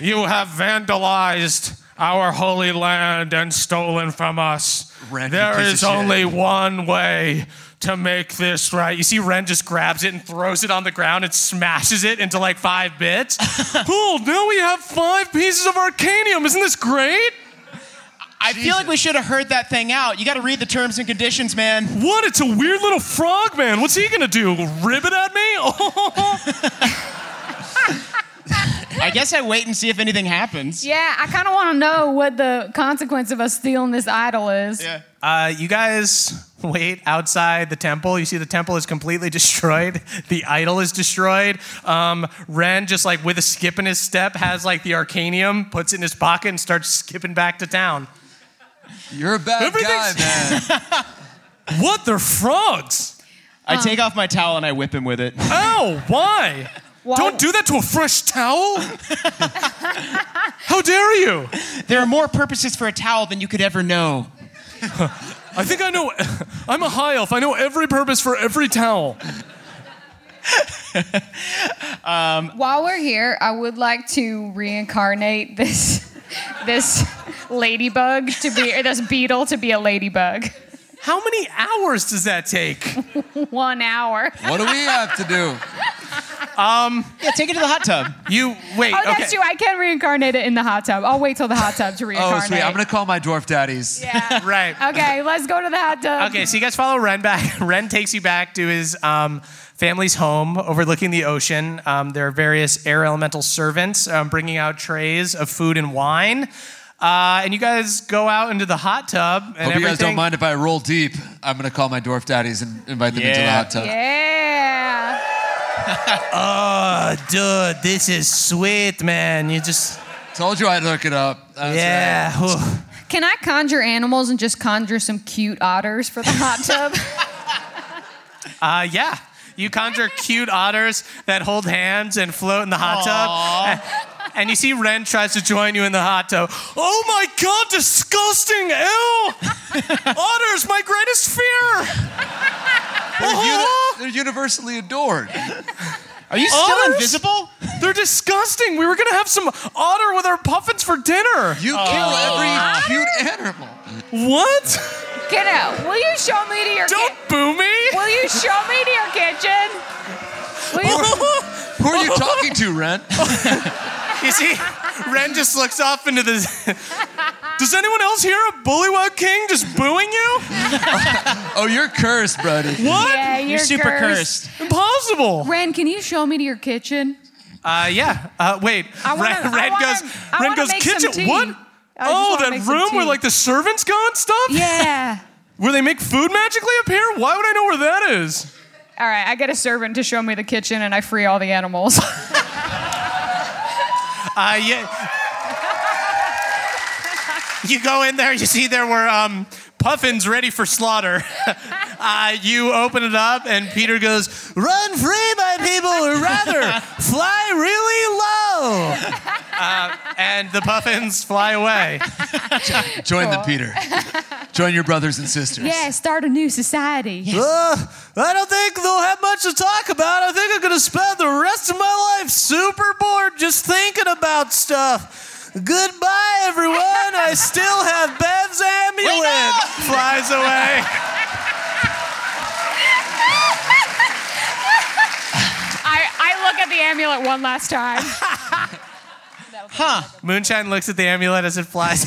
you have vandalized our holy land and stolen from us. Ren, you there piece of is shit. only one way to make this right. You see, Ren just grabs it and throws it on the ground and smashes it into like five bits. cool, now we have five pieces of arcanium. Isn't this great? I feel like we should have heard that thing out. You got to read the terms and conditions, man. What? It's a weird little frog man. What's he gonna do? Rib it at me? I guess I wait and see if anything happens. Yeah, I kind of want to know what the consequence of us stealing this idol is. Yeah. Uh, you guys wait outside the temple. You see the temple is completely destroyed. The idol is destroyed. Um, Ren just like with a skip in his step has like the arcanium, puts it in his pocket, and starts skipping back to town. You're a bad guy, man. What? They're frogs. I take off my towel and I whip him with it. Ow! Why? Don't do that to a fresh towel. How dare you? There are more purposes for a towel than you could ever know. I think I know. I'm a high elf. I know every purpose for every towel. While we're here, I would like to reincarnate this this ladybug to be or this beetle to be a ladybug. How many hours does that take? One hour. What do we have to do? Um. Yeah, take it to the hot tub. You wait. oh, that's okay. true. I can reincarnate it in the hot tub. I'll wait till the hot tub to Oh, reincarnate. sweet. I'm going to call my dwarf daddies. Right. Okay, let's go to the hot tub. Okay, so you guys follow Ren back. Ren takes you back to his um, family's home overlooking the ocean. Um, there are various air elemental servants um, bringing out trays of food and wine. Uh, and you guys go out into the hot tub. And Hope everything. you guys don't mind if I roll deep. I'm going to call my dwarf daddies and invite them into the hot tub. Yeah. Oh, dude, this is sweet, man. You just. Told you I'd look it up. That's yeah. right. whew. Can I conjure animals and just conjure some cute otters for the hot tub? Uh, yeah. You conjure cute otters that hold hands and float in the hot tub. And, and you see Ren tries to join you in the hot tub. Oh my god, disgusting! Ew! otters, my greatest fear! They're, uni- they're universally adored. Oh! Are you still invisible? Oh, They're disgusting. We were gonna have some otter with our puffins for dinner. You Oh. kill every cute animal. What? Kiddo, will you show me to your Don't boo me! Will you show me to your kitchen? Will you- Who are you talking to, Ren? You see, Ren just looks off into the. Does anyone else hear a bullywug king just booing you? Oh, you're cursed, buddy. What? Yeah, you're, Impossible. Ren, can you show me to your kitchen? Uh, yeah. Uh, wait. I wanna- Ren, I Ren wanna- goes. I Ren wanna goes. make some Kitchen. tea. What? I just Oh, wanna that make some room where tea. like the servants go and stuff. Yeah. Where they make food magically appear? Why would I know where that is? All right, I get a servant to show me the kitchen, and I free all the animals. Uh, yeah. you go in there, you see there were um, puffins ready for slaughter. uh, you open it up, and Peter goes, Run free, my people, or rather, fly really low. Uh, and the puffins fly away. Join them, Peter. Join your brothers and sisters. yeah, start a new society. Uh, I don't think they'll have much to talk about. I think I'm going to spend the rest of my life super bored just thinking about stuff. Goodbye, everyone. I still have Bev's amulet. Flies away. I, I look at the amulet one last time. Moonshine looks at the amulet as it flies.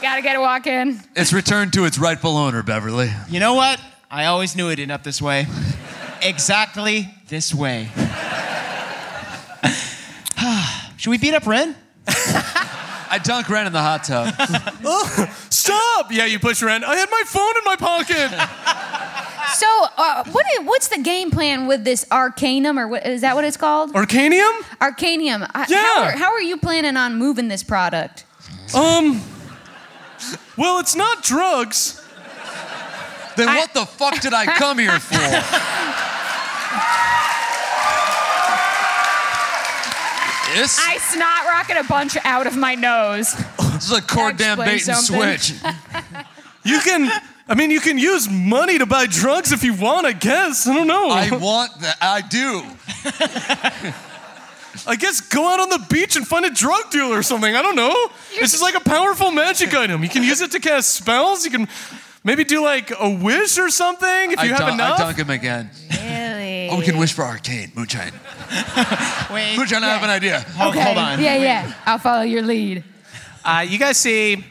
Gotta get a walk in. It's returned to its rightful owner, Beverly. You know what? I always knew it ended up this way. exactly this way. Should we beat up Ren? I dunk Ren in the hot tub. Stop! Yeah, you push Ren. I had my phone in my pocket. So, uh, what is, what's the game plan with this arcanum, or what, is that what it's called? Arcanium? Uh, Arcanium. I- Yeah. How are, how are you planning on moving this product? Um. Well, it's not drugs. Then what the fuck did I come here for? this I snot rocket a bunch out of my nose. is a cord damn bait and explains something. switch. You can. I mean, you can use money to buy drugs if you want. I guess. I don't know. I I, want that. I do. guess go out on the beach and find a drug dealer or something. I don't know. This is like a powerful magic item. You can use it to cast spells. You can maybe do like a wish or something if I, you have dun- I enough. dunk him again. Really? Oh, we can wish for Arcane, Moonshine. Wait. Moonshine, I have an idea. Hold, hold on. Yeah, yeah. I'll follow your lead. Uh, you guys see,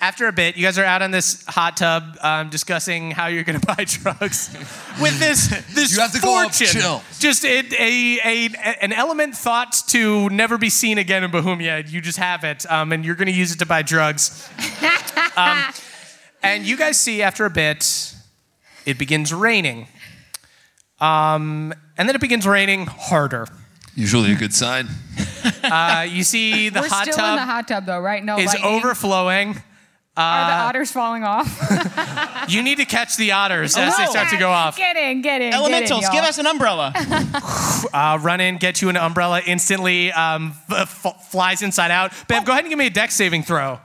after a bit, you guys are out on this hot tub um, discussing how you're going to buy drugs with this this You have to go up fortune. chill. Just it, a, a an element thought to never be seen again in Bohemia. You just have it, um, and you're going to use it to buy drugs. um, and you guys see, after a bit, it begins raining. Um, and then it begins raining harder. Usually a good sign. Uh, you see the We're hot still tub in the hot tub, though, right? No, is Uh, lightning. overflowing. Are the otters falling off? You need to catch the otters as they start to go off. Oh. Get in, get in. Elementals, get in, give y'all. us an umbrella. Uh, run in, get you an umbrella instantly, um, f- f- flies inside out. Bev, go ahead and give me a deck saving throw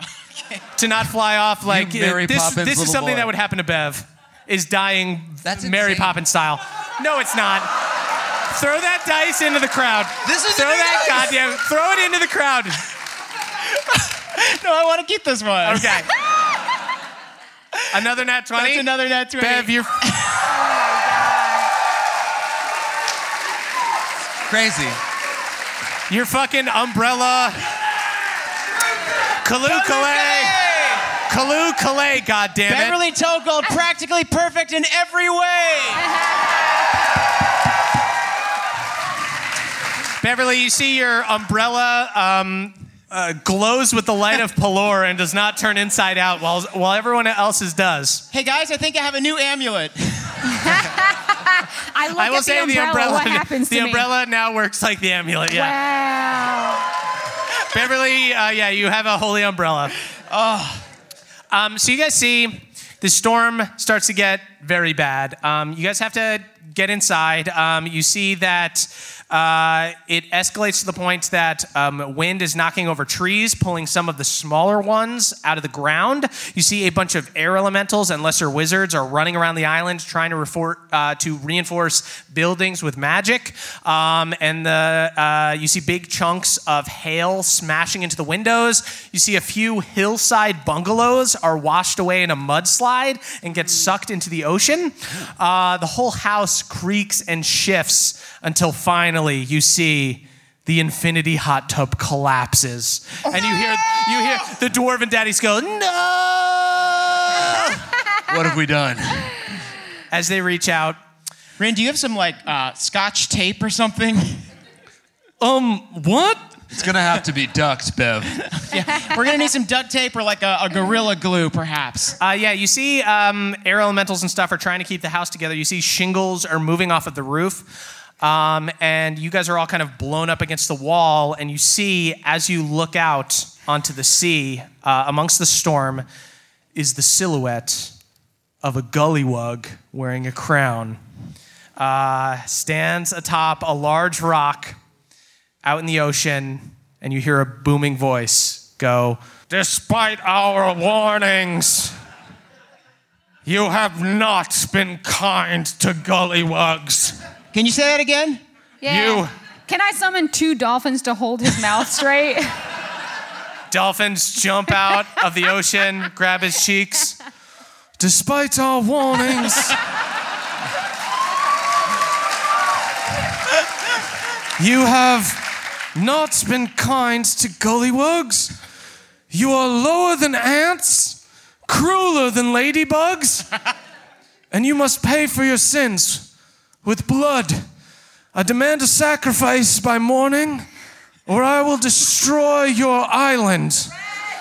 to not fly off. Like uh, Mary this, Poppins this is little something boy. that would happen to Bev. Is dying That's Mary insane. Poppins style. No, it's not. Throw that dice into the crowd. This is throw a new that dice. goddamn. Throw it into the crowd. no, I want to keep this one. Okay. Another nat twenty. That's another net 20. Bev, you're Crazy. Your fucking umbrella. Kalu Kalay. Kalu Kalay, goddammit. Beverly Togold, practically perfect in every way. Beverly, you see your umbrella um, uh, glows with the light of Pelor and does not turn inside out while, while everyone else's does. Hey guys, I think I have a new amulet. I look I will at say the umbrella. what happens the to umbrella now works like the amulet, me? yeah. Wow. Beverly, uh, yeah, you have a holy umbrella. Oh. Um, so you guys see, the storm starts to get very bad. Um, you guys have to get inside. Um, you see that uh, it escalates to the point that um, wind is knocking over trees, pulling some of the smaller ones out of the ground. You see a bunch of air elementals and lesser wizards are running around the island trying to, refor- uh, to reinforce buildings with magic. Um, and the, uh, you see big chunks of hail smashing into the windows. You see a few hillside bungalows are washed away in a mudslide and get sucked into the ocean. Uh, the whole house creaks and shifts until finally you see the infinity hot tub collapses. And you hear you hear the dwarf and daddies go, No! what have we done? As they reach out. Rin, do you have some like uh, scotch tape or something? Um, what? It's gonna have to be ducked, Bev. yeah, we're gonna need some duct tape or like a, a gorilla glue, perhaps. Uh, yeah, you see um, air elementals and stuff are trying to keep the house together. You see shingles are moving off of the roof. Um, and you guys are all kind of blown up against the wall. And you see, as you look out onto the sea, uh, amongst the storm, is the silhouette of a gullywug wearing a crown. Uh, stands atop a large rock out in the ocean, and you hear a booming voice go, Despite our warnings, you have not been kind to gullywugs. Can you say that again? Yeah. You Can I summon two dolphins to hold his mouth straight? dolphins jump out of the ocean, grab his cheeks. Despite our warnings, you have not been kind to gullywugs. You are lower than ants, crueler than ladybugs, and you must pay for your sins with blood. I demand a sacrifice by morning, or I will destroy your island.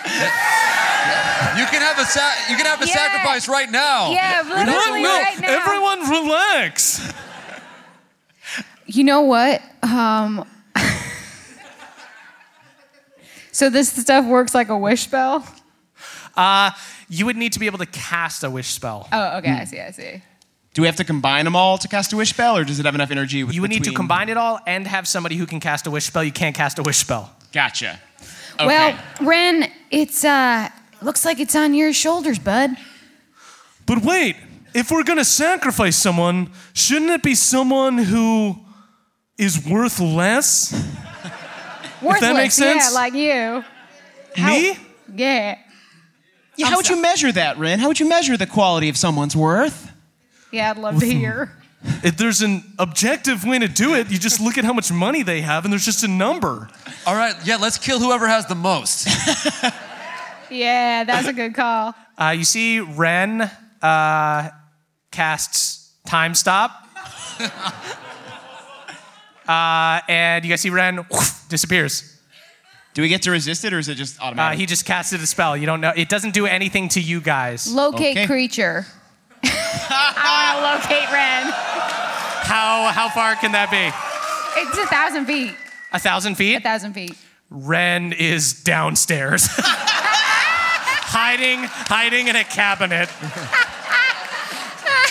You can have a sa- you can have a Yeah. sacrifice right Oh. now. Yeah, literally right now. Everyone relax. You know what? Um, so this stuff works like a wish spell. Uh, you would need to be able to cast a wish spell. Oh, okay. I see. I see. Do we have to combine them all to cast a wish spell, or does it have enough energy? With You would need to between- combine it all and have somebody who can cast a wish spell. You can't cast a wish spell. Gotcha. Hmm. Well, Ren, it's uh, looks like it's on your shoulders, bud. But wait, if we're gonna sacrifice someone, shouldn't it be someone who is worth less? Worthless. makes sense? Yeah, like you. Me? Yeah. Yeah, how would you measure that, Rin? How would you measure the quality of someone's worth? Yeah, I'd love to hear. If there's an objective way to do it, you just look at how much money they have, and there's just a number. All right, yeah, let's kill whoever has the most. Yeah, that's a good call. Uh, you see, Ren uh, casts Time Stop. uh, and you guys see Ren whoosh, disappears. Do we get to resist it, or is it just Uh, automatic? he just casted a spell. You don't know. It doesn't do anything to you guys. Locate creature. I How, how far can that be? want to locate Ren. It's a thousand feet. A thousand feet? A thousand feet. Ren is downstairs. hiding, hiding in a cabinet.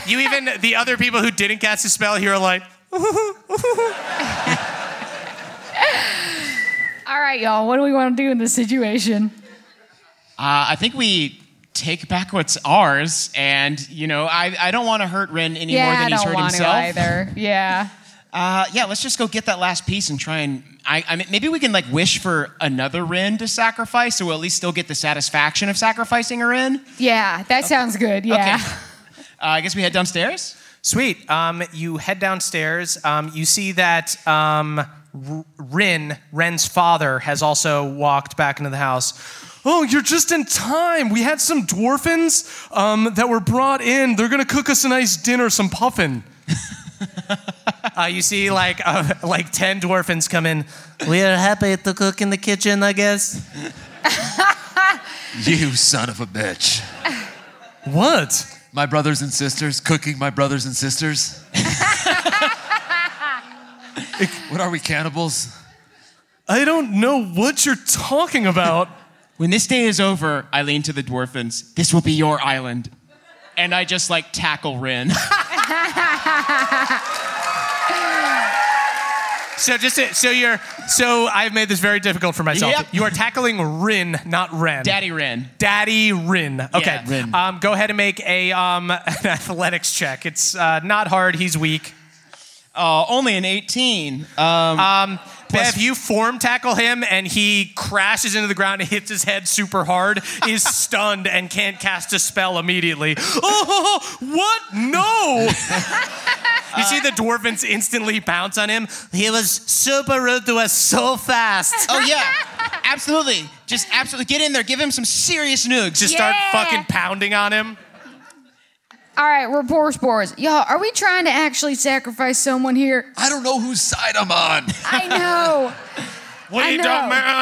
you even the other people who didn't cast the spell here are like, All right, y'all. What do we want to do in this situation? Uh, I think we take back what's ours, and you know, I, I don't want to hurt Ren any yeah, more than I don't he's hurt want himself. to either. Yeah. Uh, yeah, let's just go get that last piece and try and. I, I mean, maybe we can like wish for another Ren to sacrifice, so we'll at least still get the satisfaction of sacrificing a Ren. Yeah, that sounds good. Yeah. Uh, I guess we head downstairs. Sweet. Um, you head downstairs. Um, you see that um, R- Rin, Ren's father, has also walked back into the house. Oh, you're just in time. We had some dwarfins um, that were brought in. They're gonna cook us a nice dinner, some puffin. uh, you see, like uh, like ten dwarfins come in. We are happy to cook in the kitchen, I guess. you son of a bitch. What? My brothers and sisters cooking my brothers and sisters. what are we cannibals? I don't know what you're talking about. when this day is over, I lean to the dwarfins. This will be your island, and I just like tackle Rin. So just to, so you're so I've made this very difficult for myself. Yep. You are tackling Rin, not Ren. Daddy Rin. Daddy Rin. Okay. Yeah, Rin. Um, go ahead and make a um, an athletics check. It's uh, not hard. He's weak. Oh, only an 18. Um, Bev, you form tackle him, and he crashes into the ground and hits his head super hard, is stunned, and can't cast a spell immediately. Oh, what? No! you see the dwarvens instantly pounce on him. He was super rude to us so fast. Oh yeah, absolutely. Just absolutely get in there. Give him some serious nukes. Just Yeah. start fucking pounding on him. All right, we're poor spores. Y'all, are we trying to actually sacrifice someone here? I don't know whose side I'm on. I know. I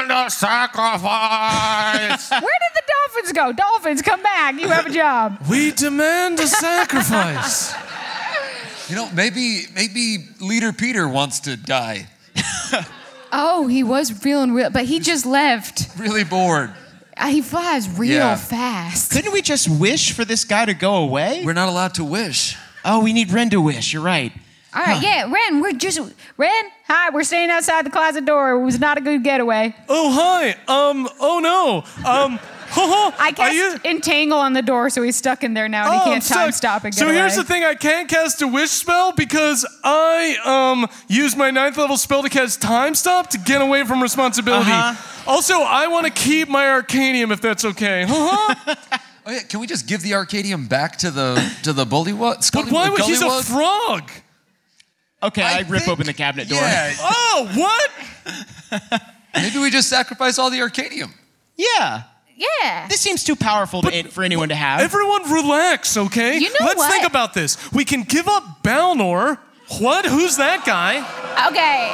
know. a sacrifice. Where did the dolphins go? Dolphins, come back. You have a job. We demand a sacrifice. You know, maybe maybe leader Peter wants to die. Oh, he was feeling real, but he just left. Really bored. Uh, He flies real Yeah. fast. Couldn't we just wish for this guy to go away? We're not allowed to wish. Oh, we need Ren to wish. You're right. All right, yeah, Ren, we're just Ren. Hi, we're staying outside the closet door. It was not a good getaway. oh hi. Um. Oh no. Um. I Are cast you? entangle on the door, so he's stuck in there now, Oh, and he I'm can't time stuck. stop and get So here's away. the thing: I can't cast a wish spell because I um used my ninth level spell to cast time stop to get away from responsibility. Uh-huh. Also, I want to keep my arcanium if that's okay. Huh? Oh yeah, can we just give the Arcadium back to the to the bully what? but why would he's a frog? Okay, I, I rip think- open the cabinet door. Yeah, Oh, what? maybe we just sacrifice all the Arcadium. Yeah. yeah. This seems too powerful to, for anyone to have. Everyone relax, okay? You know Let's what? think about this. We can give up Balnor. What? Who's that guy? Okay.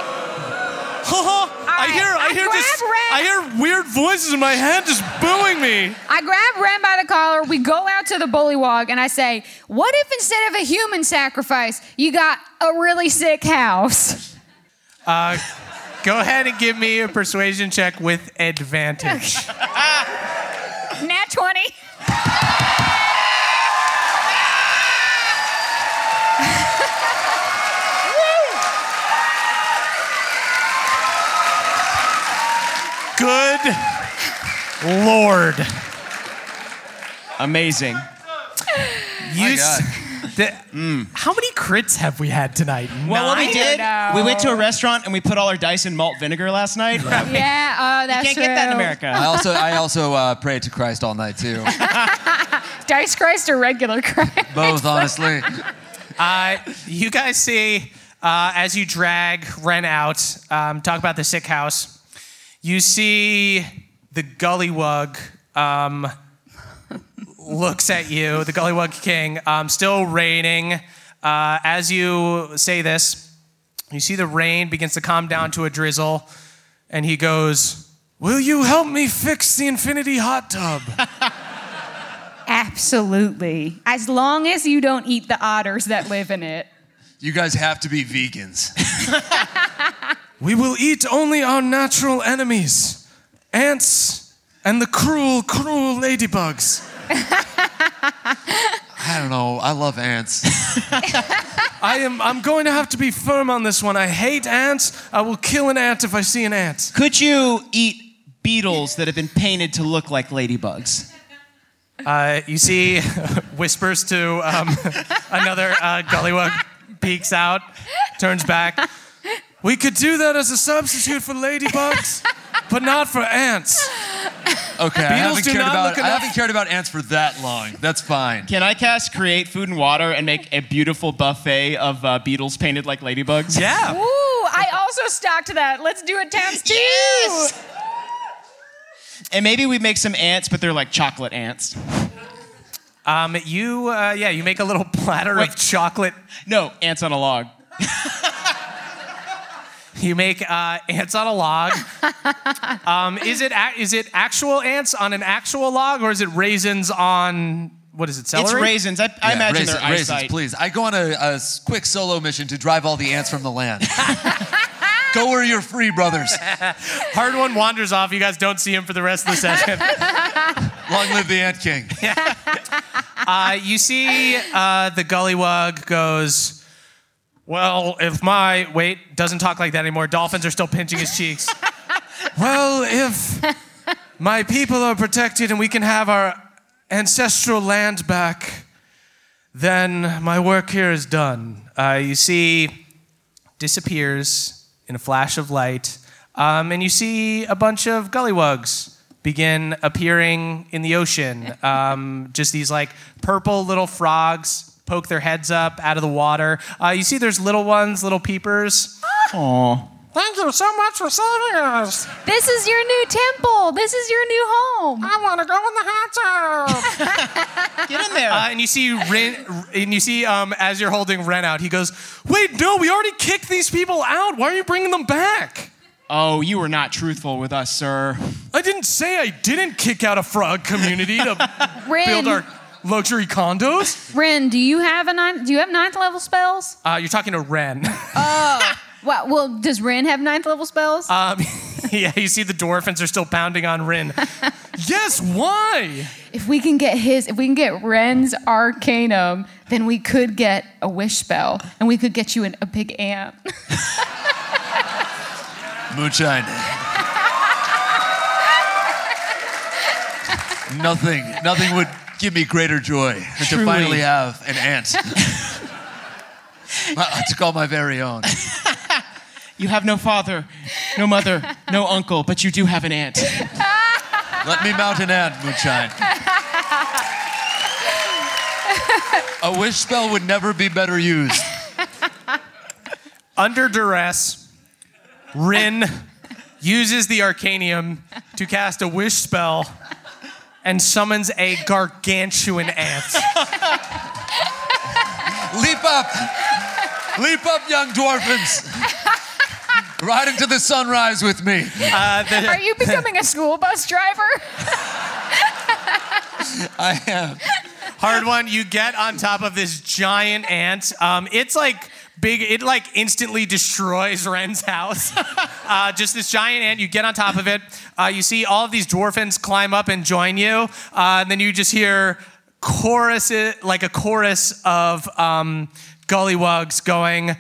Haha. I right, hear I I hear this grab Ren. I hear weird voices in my head just booing me. I grab Ren by the collar. We go out to the bullywog, and I say, "What if instead of a human sacrifice, you got a really sick house?" Go ahead and give me a persuasion check with advantage. Nat twenty. Good lord. Amazing. You s- God. the- mm. How many crits have we had tonight? Well, what we Nine? did, know. we went to a restaurant and we put all our dice in malt vinegar last night. Can't Yeah, oh, that's get that in I true. America. also I also uh, pray to Christ all night too. Dice Christ or regular Christ? Both, honestly. Uh, you guys see, uh, as you drag Ren out, um, talk about the sick house, you see the Gullywug um, looks at you, the Gullywug King, um, still raining. Uh, as you say this, you see the rain begins to calm down to a drizzle, and he goes, Will you help me fix the infinity hot tub? Absolutely. As long as you don't eat the otters that live in it. You guys have to be vegans. we will eat only our natural enemies. Ants and the cruel, cruel ladybugs. I don't know. I love ants. I am I'm going to have to be firm on this one. I hate ants. I will kill an ant if I see an ant. Could you eat beetles that have been painted to look like ladybugs? uh, you see, whispers to um, another uh, Gullywug, peeks out, turns back. We could do that as a substitute for ladybugs, but not for ants. Okay, I Beetles haven't do cared not about look I enough- haven't cared about ants for that long. That's fine. Can I cast create food and water and make a beautiful buffet of uh, beetles painted like ladybugs? Yeah. Ooh, I also stocked that. Let's do it times two. Yes! And maybe we make some ants, but they're like chocolate ants. Um, you, uh, yeah, you make a little platter of Wait. chocolate. No, ants on a log. You make uh, ants on a log. um, is it a- is it actual ants on an actual log, or is it raisins on what is it? Celery. It's raisins. I, I Yeah, imagine raisin- their raisins, eyesight. please. I go on a, a s- quick solo mission to drive all the ants from the land. go where you're free, brothers. Hard one wanders off. You guys don't see him for the rest of the session. Long live the ant king. Uh, you see, uh, the gullywug goes, Well, if my. Wait, doesn't talk like that anymore. Dolphins are still pinching his cheeks. well, if my people are protected and we can have our ancestral land back, then my work here is done. Uh, you see, disappears in a flash of light, um, and you see a bunch of gullywugs begin appearing in the ocean. Um, just these like purple little frogs poke their heads up out of the water. Uh, you see, there's little ones, little peepers. Aw. Thank you so much for saving us. This is your new temple. This is your new home. I want to go in the hot tub. Get in there. Uh, and you see Ren, and you see um, as you're holding Ren out, he goes, "Wait, no, we already kicked these people out. Why are you bringing them back?" Oh, you were not truthful with us, sir. I didn't say I didn't kick out a frog community to build Ren. our luxury condos. Ren, do you have a ninth? Do you have ninth level spells? Uh, you're talking to Ren. Oh, well, well, does Ren have ninth level spells? Um, yeah, you see the dwarfins are still pounding on Rin. yes, why? If we can get his, if we can get Ren's Arcanum, then we could get a wish spell, and we could get you an, a big ant. Moonshine. nothing, nothing would give me greater joy than to Truly. finally have an ant Uh, to call my very own. You have no father, no mother, no uncle, but you do have an aunt. Let me mount an ant, Moonshine. A wish spell would never be better used. Under duress, Rin uses the Arcanium to cast a wish spell and summons a gargantuan ant. Leap up! Leap up, young dwarfins! Riding to the sunrise with me. Uh, Are you becoming a school bus driver? I am. Hard one. You get on top of this giant ant. Um, it's like big. It like instantly destroys Ren's house. uh, just this giant ant. You get on top of it. Uh, you see all of these dwarfins climb up and join you. Uh, and then you just hear chorus, like a chorus of um, gullywugs going.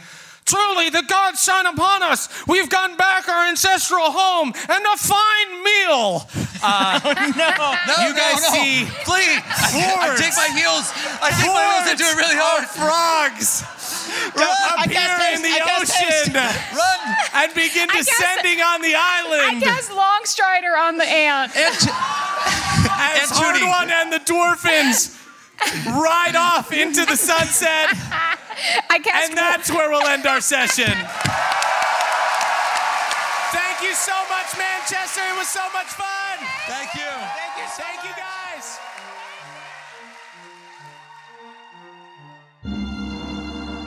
Truly, the gods shine upon us. We've gotten back our ancestral home and a fine meal. Uh, No, you no, guys no. see Please! I, I Swords. take my heels. I take my heels and do it really hard. Frogs! Run! appear in the ocean Run! and begin I cast- descending on the I island. guess Longstrider on the ant. As Judy. Hard One and the Dwarfins ride off into the sunset. I cast and that's where we'll end our session. Thank you so much, Manchester. It was so much fun. Thank you. Thank you. Thank you, guys.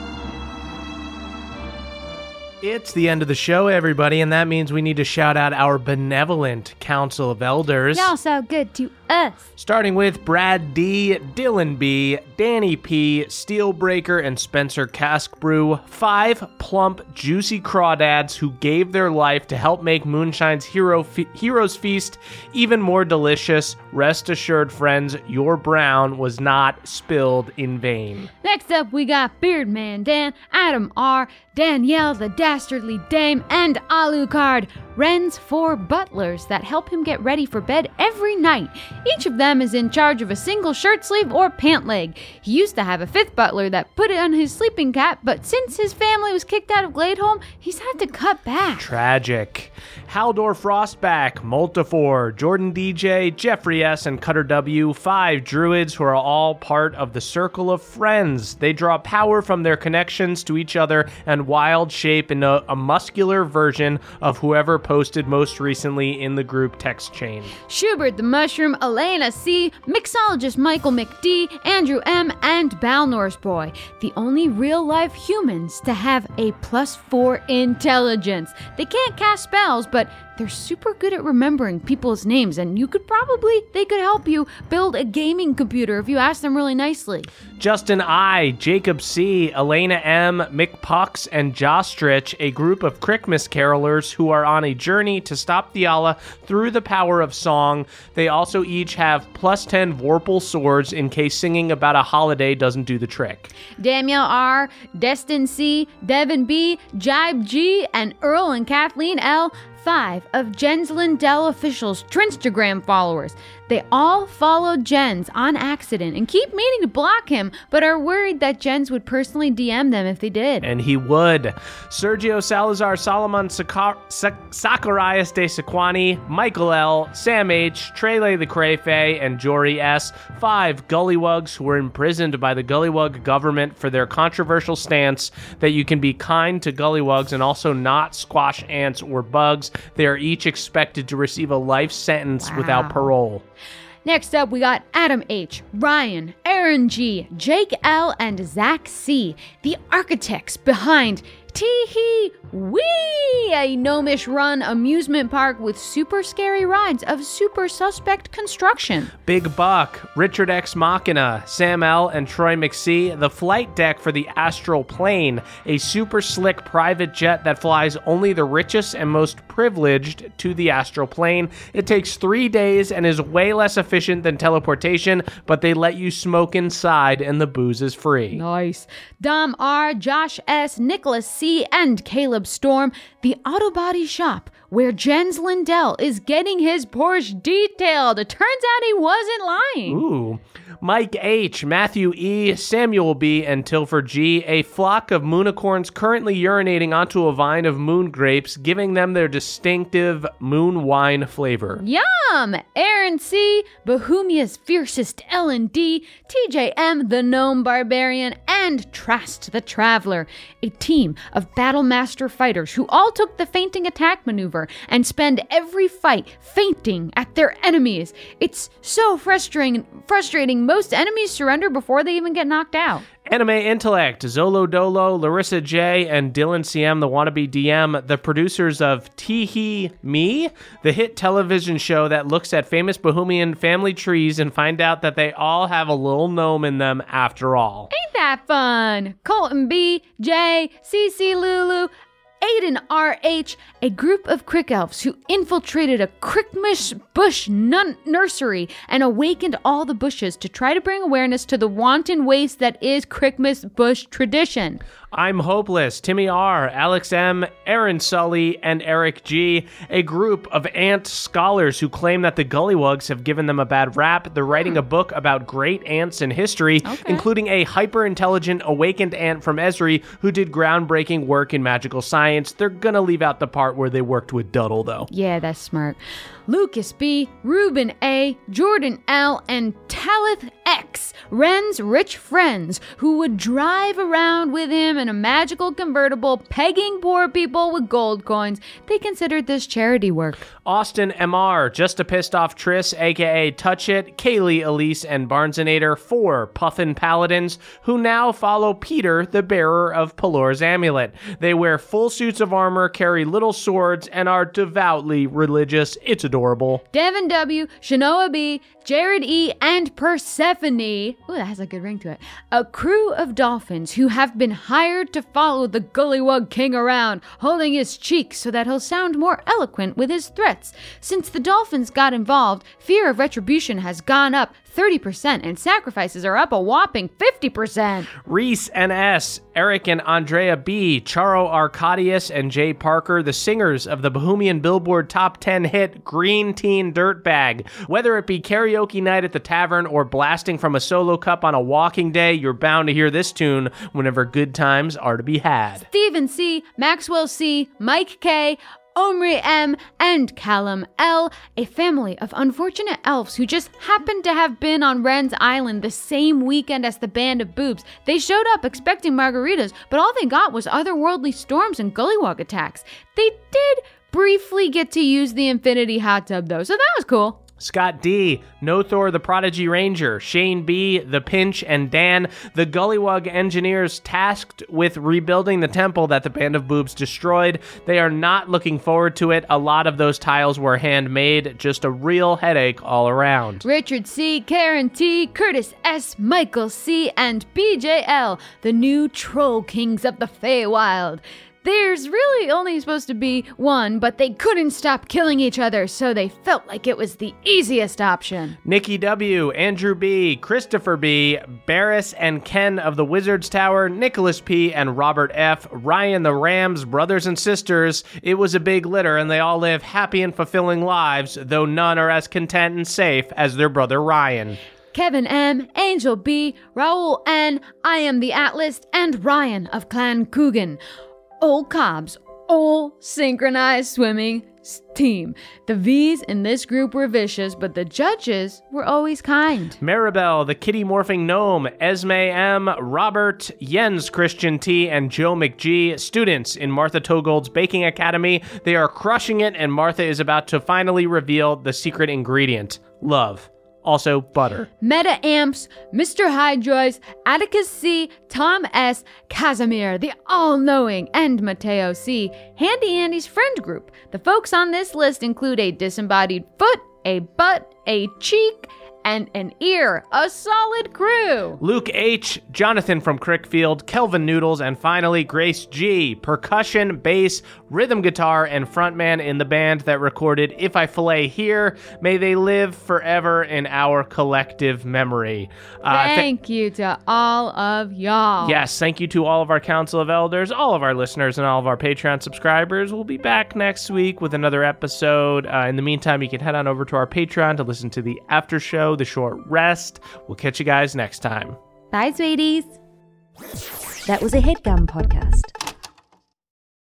It's the end of the show, everybody, and that means we need to shout out our benevolent Council of Elders. Y'all so good to us. Starting with Brad D, Dylan B, Danny P, Steelbreaker, and Spencer Caskbrew, five plump, juicy crawdads who gave their life to help make Moonshine's Hero Fe- Heroes Feast even more delicious. Rest assured, friends, your brown was not spilled in vain. Next up, we got Beardman Dan, Adam R, Danielle the Dastardly Dame, and Alucard, Ren's four butlers that help him get ready for bed every night. Each of them is in charge of a single shirt sleeve or pant leg. He used to have a fifth butler that put it on his sleeping cat, but since his family was kicked out of Gladeholm, he's had to cut back. Tragic. Haldor Frostback, Multifor, Jordan DJ, Jeffrey S., and Cutter W. Five druids who are all part of the Circle of Friends. They draw power from their connections to each other and wild shape in a, a muscular version of whoever posted most recently in the group text chain. Schubert the Mushroom, Elena C., mixologist Michael McD., Andrew M., and Balnor's Boy, the only real life humans to have a plus four intelligence. They can't cast spells, but they're super good at remembering people's names, and you could probably, they could help you build a gaming computer if you ask them really nicely. Justin I, Jacob C, Elena M, Mick Pox, and Jostrich, a group of Crickmas carolers who are on a a journey to stop Theala through the power of song. They also each have plus 10 Vorpal swords in case singing about a holiday doesn't do the trick. Danielle R, Destin C, Devin B, Jibe G, and Earl and Kathleen L, five of Jens Lindell officials' Trinstagram followers. They all followed Jens on accident and keep meaning to block him, but are worried that Jens would personally DM them if they did. And he would. Sergio Salazar, Solomon Sakar- Sa- Zacharias de Sequani, Michael L., Sam H., Trele the Crayfay, and Jory S. Five gullywugs who were imprisoned by the gullywug government for their controversial stance that you can be kind to gullywugs and also not squash ants or bugs. They are each expected to receive a life sentence without parole. Next up, we got Adam H., Ryan, Aaron G., Jake L., and Zach C., the architects behind Tee Hee Wee, a gnomish run amusement park with super scary rides of super suspect construction. Big Buck, Richard X Machina, Sam L, and Troy McSee, the flight deck for the Astral Plane, a super slick private jet that flies only the richest and most privileged to the Astral Plane. It takes three days and is way less efficient than teleportation, but they let you smoke inside and the booze is free. Nice. Dom R, Josh S, Nicholas C, and Caleb Storm, the auto body shop where Jens Lindell is getting his Porsche detailed. It turns out he wasn't lying. Ooh. Mike H., Matthew E., Samuel B., and Tilford G., a flock of moonicorns currently urinating onto a vine of moon grapes, giving them their distinctive moon wine flavor. Yum! Aaron C., Bohemia's fiercest L&D, TJM, the gnome barbarian, and Trast the Traveler, a team of battlemaster fighters who all took the fainting attack maneuver and spend every fight fainting at their enemies. It's so frustrating. Frustrating. Most enemies surrender before they even get knocked out. Anime Intellect, Zolo Dolo, Larissa J, and Dylan CM, the wannabe DM, the producers of Tee Hee Me, the hit television show that looks at famous Bohemian family trees and find out that they all have a little gnome in them after all. Ain't that fun? Colton B, J, CC Lulu, Aiden RH, a group of crick elves who infiltrated a crickmish bush nun- nursery and awakened all the bushes to try to bring awareness to the wanton waste that is crickmish bush tradition. I'm Hopeless, Timmy R, Alex M, Aaron Sully, and Eric G, a group of ant scholars who claim that the gullywugs have given them a bad rap. They're writing a book about great ants in history, including a hyper intelligent awakened ant from Esri who did groundbreaking work in magical science. They're gonna leave out the part where they worked with Duddle, though. Yeah, that's smart. Lucas B, Ruben A, Jordan L, and Talith X, Ren's rich friends, who would drive around with him in a magical convertible, pegging poor people with gold coins. They considered this charity work. Austin MR, just a pissed off Triss, aka Touch It, Kaylee, Elise, and Barnesonator, four Puffin Paladins, who now follow Peter, the bearer of Pelor's amulet. They wear full suits of armor, carry little swords, and are devoutly religious. It's adorable. Devin W, Shanoa B, Jared E, and Persephone. Ooh, that has a good ring to it. A crew of dolphins who have been hired to follow the Gullywug King around, holding his cheeks so that he'll sound more eloquent with his threats. Since the dolphins got involved, fear of retribution has gone up 30%, and sacrifices are up a whopping 50%. Reese NS, Eric and Andrea B, Charo Arcadius and Jay Parker, the singers of the Bohemian Billboard Top 10 hit Green Teen Dirtbag. Whether it be karaoke night at the tavern or blasting from a solo cup on a walking day, you're bound to hear this tune whenever good times are to be had. Stephen C., Maxwell C., Mike K., Omri M, and Callum L, a family of unfortunate elves who just happened to have been on Wren's Island the same weekend as the band of boobs. They showed up expecting margaritas, but all they got was otherworldly storms and gullywog attacks. They did briefly get to use the infinity hot tub though, so that was cool. Scott D, Nothor the Prodigy Ranger, Shane B, The Pinch, and Dan, the Gullywug engineers tasked with rebuilding the temple that the Band of Boobs destroyed. They are not looking forward to it. A lot of those tiles were handmade, just a real headache all around. Richard C., Karen T., Curtis S., Michael C., and BJL, the new troll kings of the Feywild. There's really only supposed to be one, but they couldn't stop killing each other, so they felt like it was the easiest option. Nikki W., Andrew B., Christopher B., Barris and Ken of the Wizards Tower, Nicholas P., and Robert F., Ryan the Rams, brothers and sisters. It was a big litter, and they all live happy and fulfilling lives, though none are as content and safe as their brother Ryan. Kevin M., Angel B., Raoul N., I am the Atlas, and Ryan of Clan Coogan. All Cobs, all synchronized swimming s- team. The V's in this group were vicious, but the judges were always kind. Maribel, the kitty morphing gnome, Esme M, Robert, Jens Christian T, and Joe McGee, students in Martha Togold's Baking Academy. They are crushing it, and Martha is about to finally reveal the secret ingredient love. Also, butter. Meta Amps, Mr. Hydroids, Atticus C, Tom S, Casimir, the all-knowing, and Mateo C. Handy Andy's friend group. The folks on this list include a disembodied foot, a butt, a cheek, and an ear. A solid crew. Luke H., Jonathan from Crickfield, Kelvin Noodles, and finally Grace G., percussion, bass, rhythm guitar, and frontman in the band that recorded If I Fillet Here. May they live forever in our collective memory. Uh, thi- Thank you to all of y'all. Yes, thank you to all of our Council of Elders, all of our listeners, and all of our Patreon subscribers. We'll be back next week with another episode. Uh, in the meantime, you can head on over to our Patreon to listen to the after show, the short rest. We'll catch you guys next time. Bye, sweeties. That was a headgum podcast.